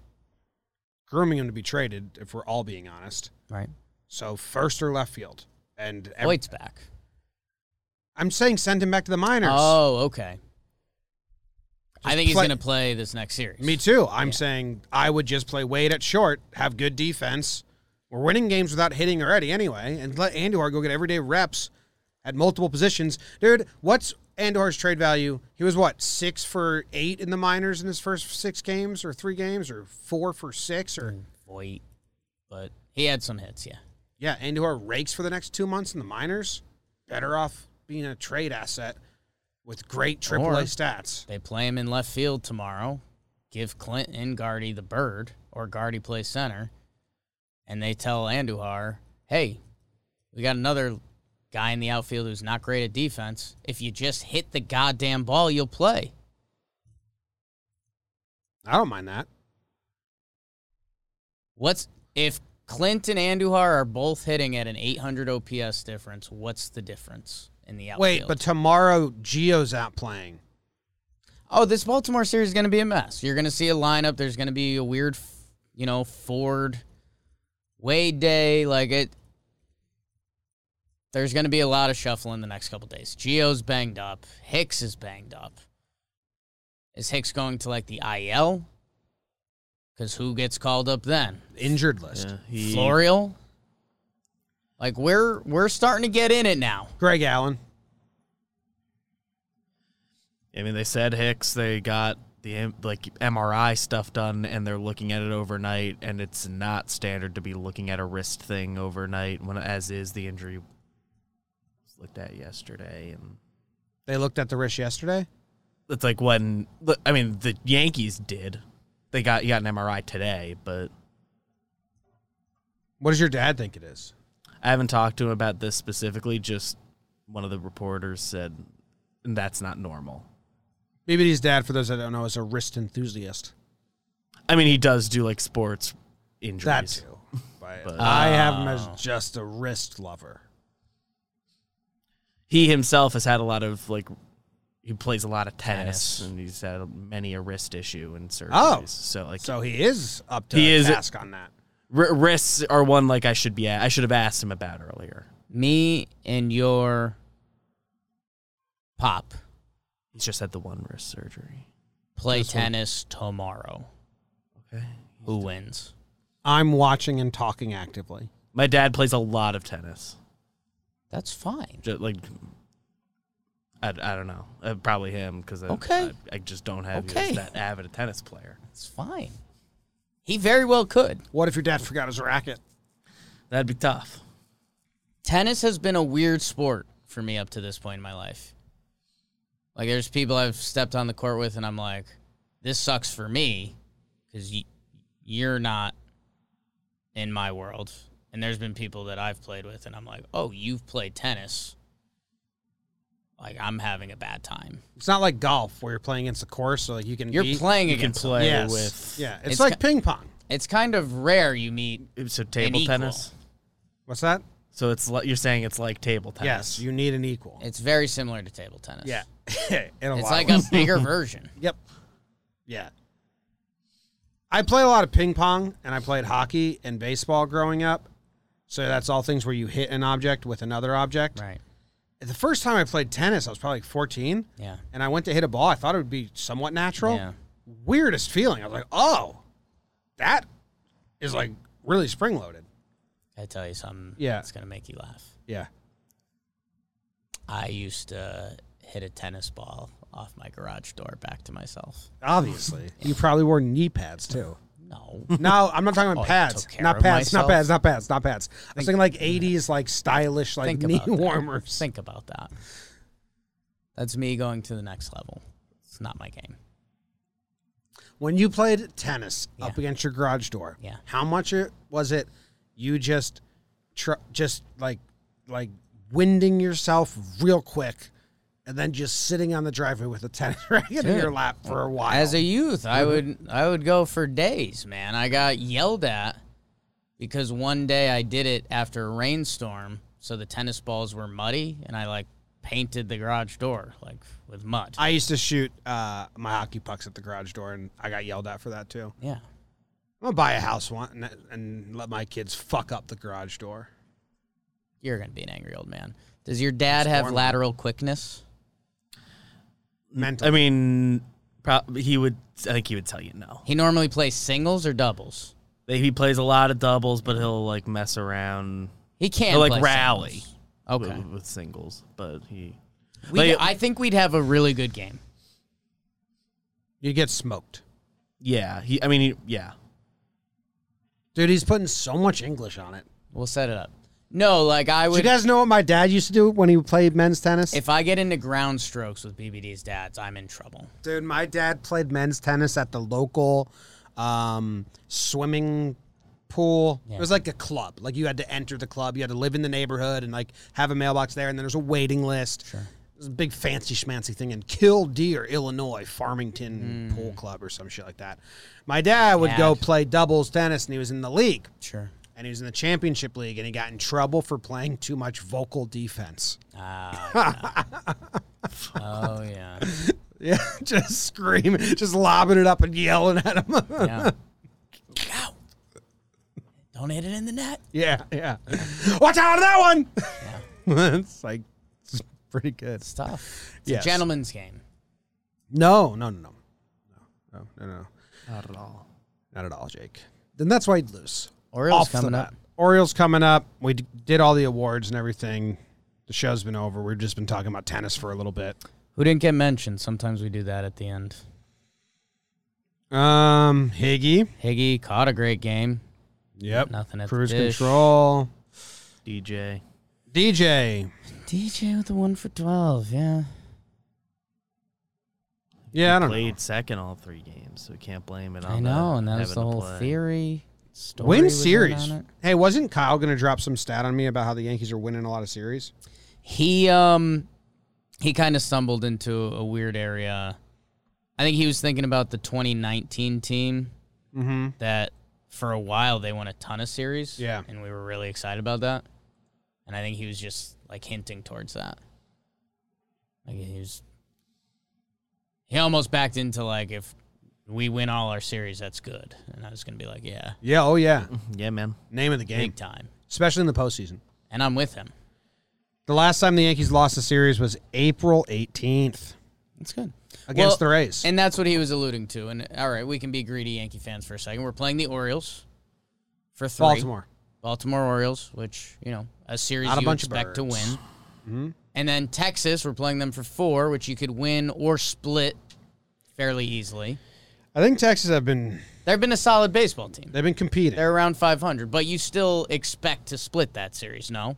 grooming him to be traded, if we're all being honest. Right. So first or left field. And ev- Voight's back. I'm saying send him back to the minors. Oh, okay. I play- think he's going to play this next series. Me too. I'm saying I would just play Wade at short, have good defense. We're winning games without hitting already anyway, and let Andujar go get everyday reps at multiple positions. Dude, what's Andujar's trade value? He was what, six for eight in the minors in his first six games or three games or four for six or Voight, but he had some hits, yeah. Yeah, Andujar rakes for the next two months in the minors. Better off being a trade asset with great AAA Or- stats. They play him in left field tomorrow. Give Clint and Guardy the bird, or Guardy plays center, and they tell Andujar, "Hey, we got another guy in the outfield who's not great at defense. If you just hit the goddamn ball, you'll play." I don't mind that. What's if Clint and Andujar are both hitting at an 800 OPS difference? What's the difference in the outfield? Wait, but tomorrow Geo's out playing. oh, this Baltimore series is going to be a mess. You're going to see a lineup. There's going to be a weird, f- you know, Ford Wade day. Like it, there's going to be a lot of shuffling the next couple days. Geo's banged up. Hicks is banged up. Is Hicks going to like the IL? Because who gets called up then? Injured list. yeah, he, Florial. Like we're we're starting to get in it now. Greg Allen. I mean, they said Hicks. They got the M- like MRI stuff done, and they're looking at it overnight. And it's not standard to be looking at a wrist thing overnight, when as is the injury was looked at yesterday. And They looked at the wrist yesterday. it's like when look, I mean, the Yankees did. They got you got an MRI today, but What does your dad think it is? I haven't talked to him about this specifically. Just one of the reporters said that's not normal. BBD's dad, for those that don't know, is a wrist enthusiast. I mean, he does do like sports injuries. That too. But I have him oh. as just a wrist lover. he himself has had a lot of like he plays a lot of tennis, Tennis. and he's had many a wrist issue and surgeries. Oh. so like So he is up to He is- task on that. wr- wrists are one like I should be at, I should have asked him about earlier. Me and your pop He's just had the one wrist surgery. Play tennis tomorrow. Okay. Who wins? I'm watching and talking actively. My dad plays a lot of tennis. That's fine. Just like I, I don't know. Uh, probably him because I, Okay. I, I just don't have you Okay. as that avid a tennis player. It's fine. He very well could. What if your dad forgot his racket? That'd be tough. tennis has been a weird sport for me up to this point in my life. Like, there's people I've stepped on the court with, and I'm like, this sucks for me because y- you're not in my world. And there's been people that I've played with, and I'm like, oh, you've played tennis. Like, I'm having a bad time. It's not like golf where you're playing against the course, so like you can You're beat- playing You can against them. play yes. with yeah. It's, It's like ki- ping pong. It's kind of rare you meet. so table equal. tennis. What's that? So it's li- you're saying it's like table tennis. Yes, you need an equal. It's very similar to table tennis. yeah, In a lot It's of like ways. a bigger version. Yep. Yeah. I play a lot of ping pong and I played hockey and baseball growing up. So that's all things where you hit an object with another object. Right. The first time I played tennis, I was probably like 14 Yeah. and I went to hit a ball. I thought it would be somewhat natural. Yeah. Weirdest feeling. I was like, oh, that is like really spring loaded. I tell you something. Yeah. It's going to make you laugh. Yeah. I used to hit a tennis ball off my garage door back to myself. Obviously. you probably wore knee pads too. No. No, I'm not talking about Oh, I pads. took care Not of pads, not myself. pads, not pads, not pads. I was thinking like 80s, like stylish, like Think knee about that. warmers. Think about that. That's me going to the next level. It's not my game. When you played tennis up Yeah. against your garage door, Yeah. how much it, was it you just tr- just like like winding yourself real quick and then just sitting on the driveway with a tennis racket in your Dude. lap for a while? As a youth, I Mm-hmm. would I would go for days, man. I got yelled at because one day I did it after a rainstorm, so the tennis balls were muddy and I like painted the garage door like with mud. I used to shoot uh, my hockey pucks at the garage door and I got yelled at for that too. yeah. I'm going to buy a house one and, and let my kids fuck up the garage door. You're going to be an angry old man. Does your dad have lateral quickness? Mentally. Mm, I mean, prob- he would. I think he would tell you no. He normally plays singles or doubles. He plays a lot of doubles, but he'll like mess around He can't He'll, like play rally singles. with, Okay, with singles. But he, we, Like- I think we'd have a really good game. you get smoked. yeah, he. I mean, he, yeah. Dude, he's putting so much English on it. We'll set it up. No, like I Do you would. guys know what my dad used to do when he played men's tennis? If I get into ground strokes with BBD's dads, I'm in trouble. Dude, my dad played men's tennis at the local um, swimming pool. It was like a club. Like you had to enter the club, you had to live in the neighborhood and like have a mailbox there, and then there's a waiting list. Sure. It was a big fancy schmancy thing in Killdeer, Illinois, Farmington Pool Club or some shit like that. My dad would go Dad. play doubles tennis, and he was in the league, Sure. and he was in the championship league, and he got in trouble for playing too much vocal defense. Ah, Oh yeah. Yeah, just screaming, just lobbing it up and yelling at him. yeah. Ow. Don't hit it in the net. Yeah, yeah. Watch out on that one. it's like it's pretty good. It's tough. It's Yes. a gentleman's game. No, no, no, no, no, no, no, no. Not at all. not at all, Jake. Then that's why he'd lose. Orioles the coming bat. up. Orioles coming up. We d- did all the awards and everything. The show's been over. We've just been talking about tennis for a little bit. Who didn't get mentioned? Sometimes we do that at the end. Um, Higgy. Higgy caught a great game. Yep. Nothing at the Cruise dish. control. DJ. DJ. DJ with the one for twelve. Yeah. Yeah, I don't played know. second all three games, so we can't blame it on. I know, the, and that was having the to whole play. theory. Story Win was in series. on it. Hey, wasn't Kyle going to drop some stat on me about how the Yankees are winning a lot of series? He um he kind of stumbled into a weird area. I think he was thinking about the 2019 team Mm-hmm. that for a while they won a ton of series. Yeah. and we were really excited about that. And I think he was just like hinting towards that. Like he was, he almost backed into like if we win all our series, that's good. And I was gonna be like, yeah, Yeah. Oh, yeah. Yeah, man. Name of the game, big time. especially in the postseason. And I'm with him. The last time the Yankees lost a series was April 18th. That's good. against the Well, Rays. And that's what he was alluding to. And all right, we can be greedy Yankee fans for a second. We're playing the Orioles for three. Baltimore. Baltimore Orioles, which, you know, a series Not a you bunch of expect to win. birds. And then Texas, we're playing them for four, which you could win or split fairly easily. I think Texas have been They've been a solid baseball team. they've been competing. They're around 500, but you still expect to split that series, no?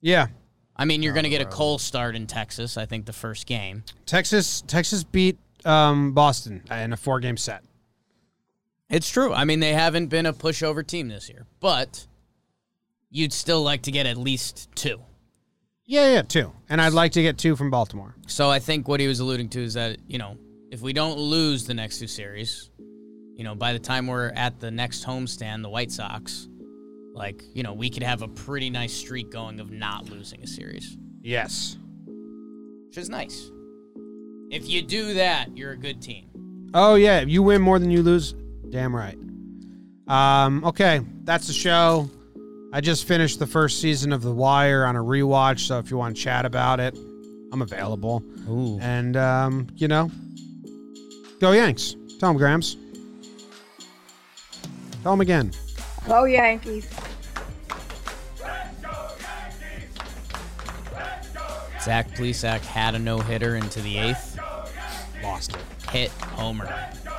yeah. I mean, you're going to get a cold start in Texas, I think, the first game. Texas Texas beat um, Boston in a four game set. It's true. I mean, they haven't been a pushover team this year, but you'd still like to get at least two. Yeah, yeah, two. And I'd like to get two from Baltimore. So I think what he was alluding to is that, you know, if we don't lose the next two series, you know, by the time we're at the next homestand, the White Sox, like, you know, we could have a pretty nice streak going of not losing a series, Yes. which is nice. If you do that, you're a good team. Oh yeah, if you win more than you lose. Damn right. Um, okay, that's the show. I just finished the first season of The Wire on a rewatch, so if you want to chat about it, I'm available. Ooh. And um, you know, go Yanks. Tell 'em, Grams. Tell 'em again. Go Yankees. Zach Plesak had a no hitter into the eighth, Lost it. hit homer.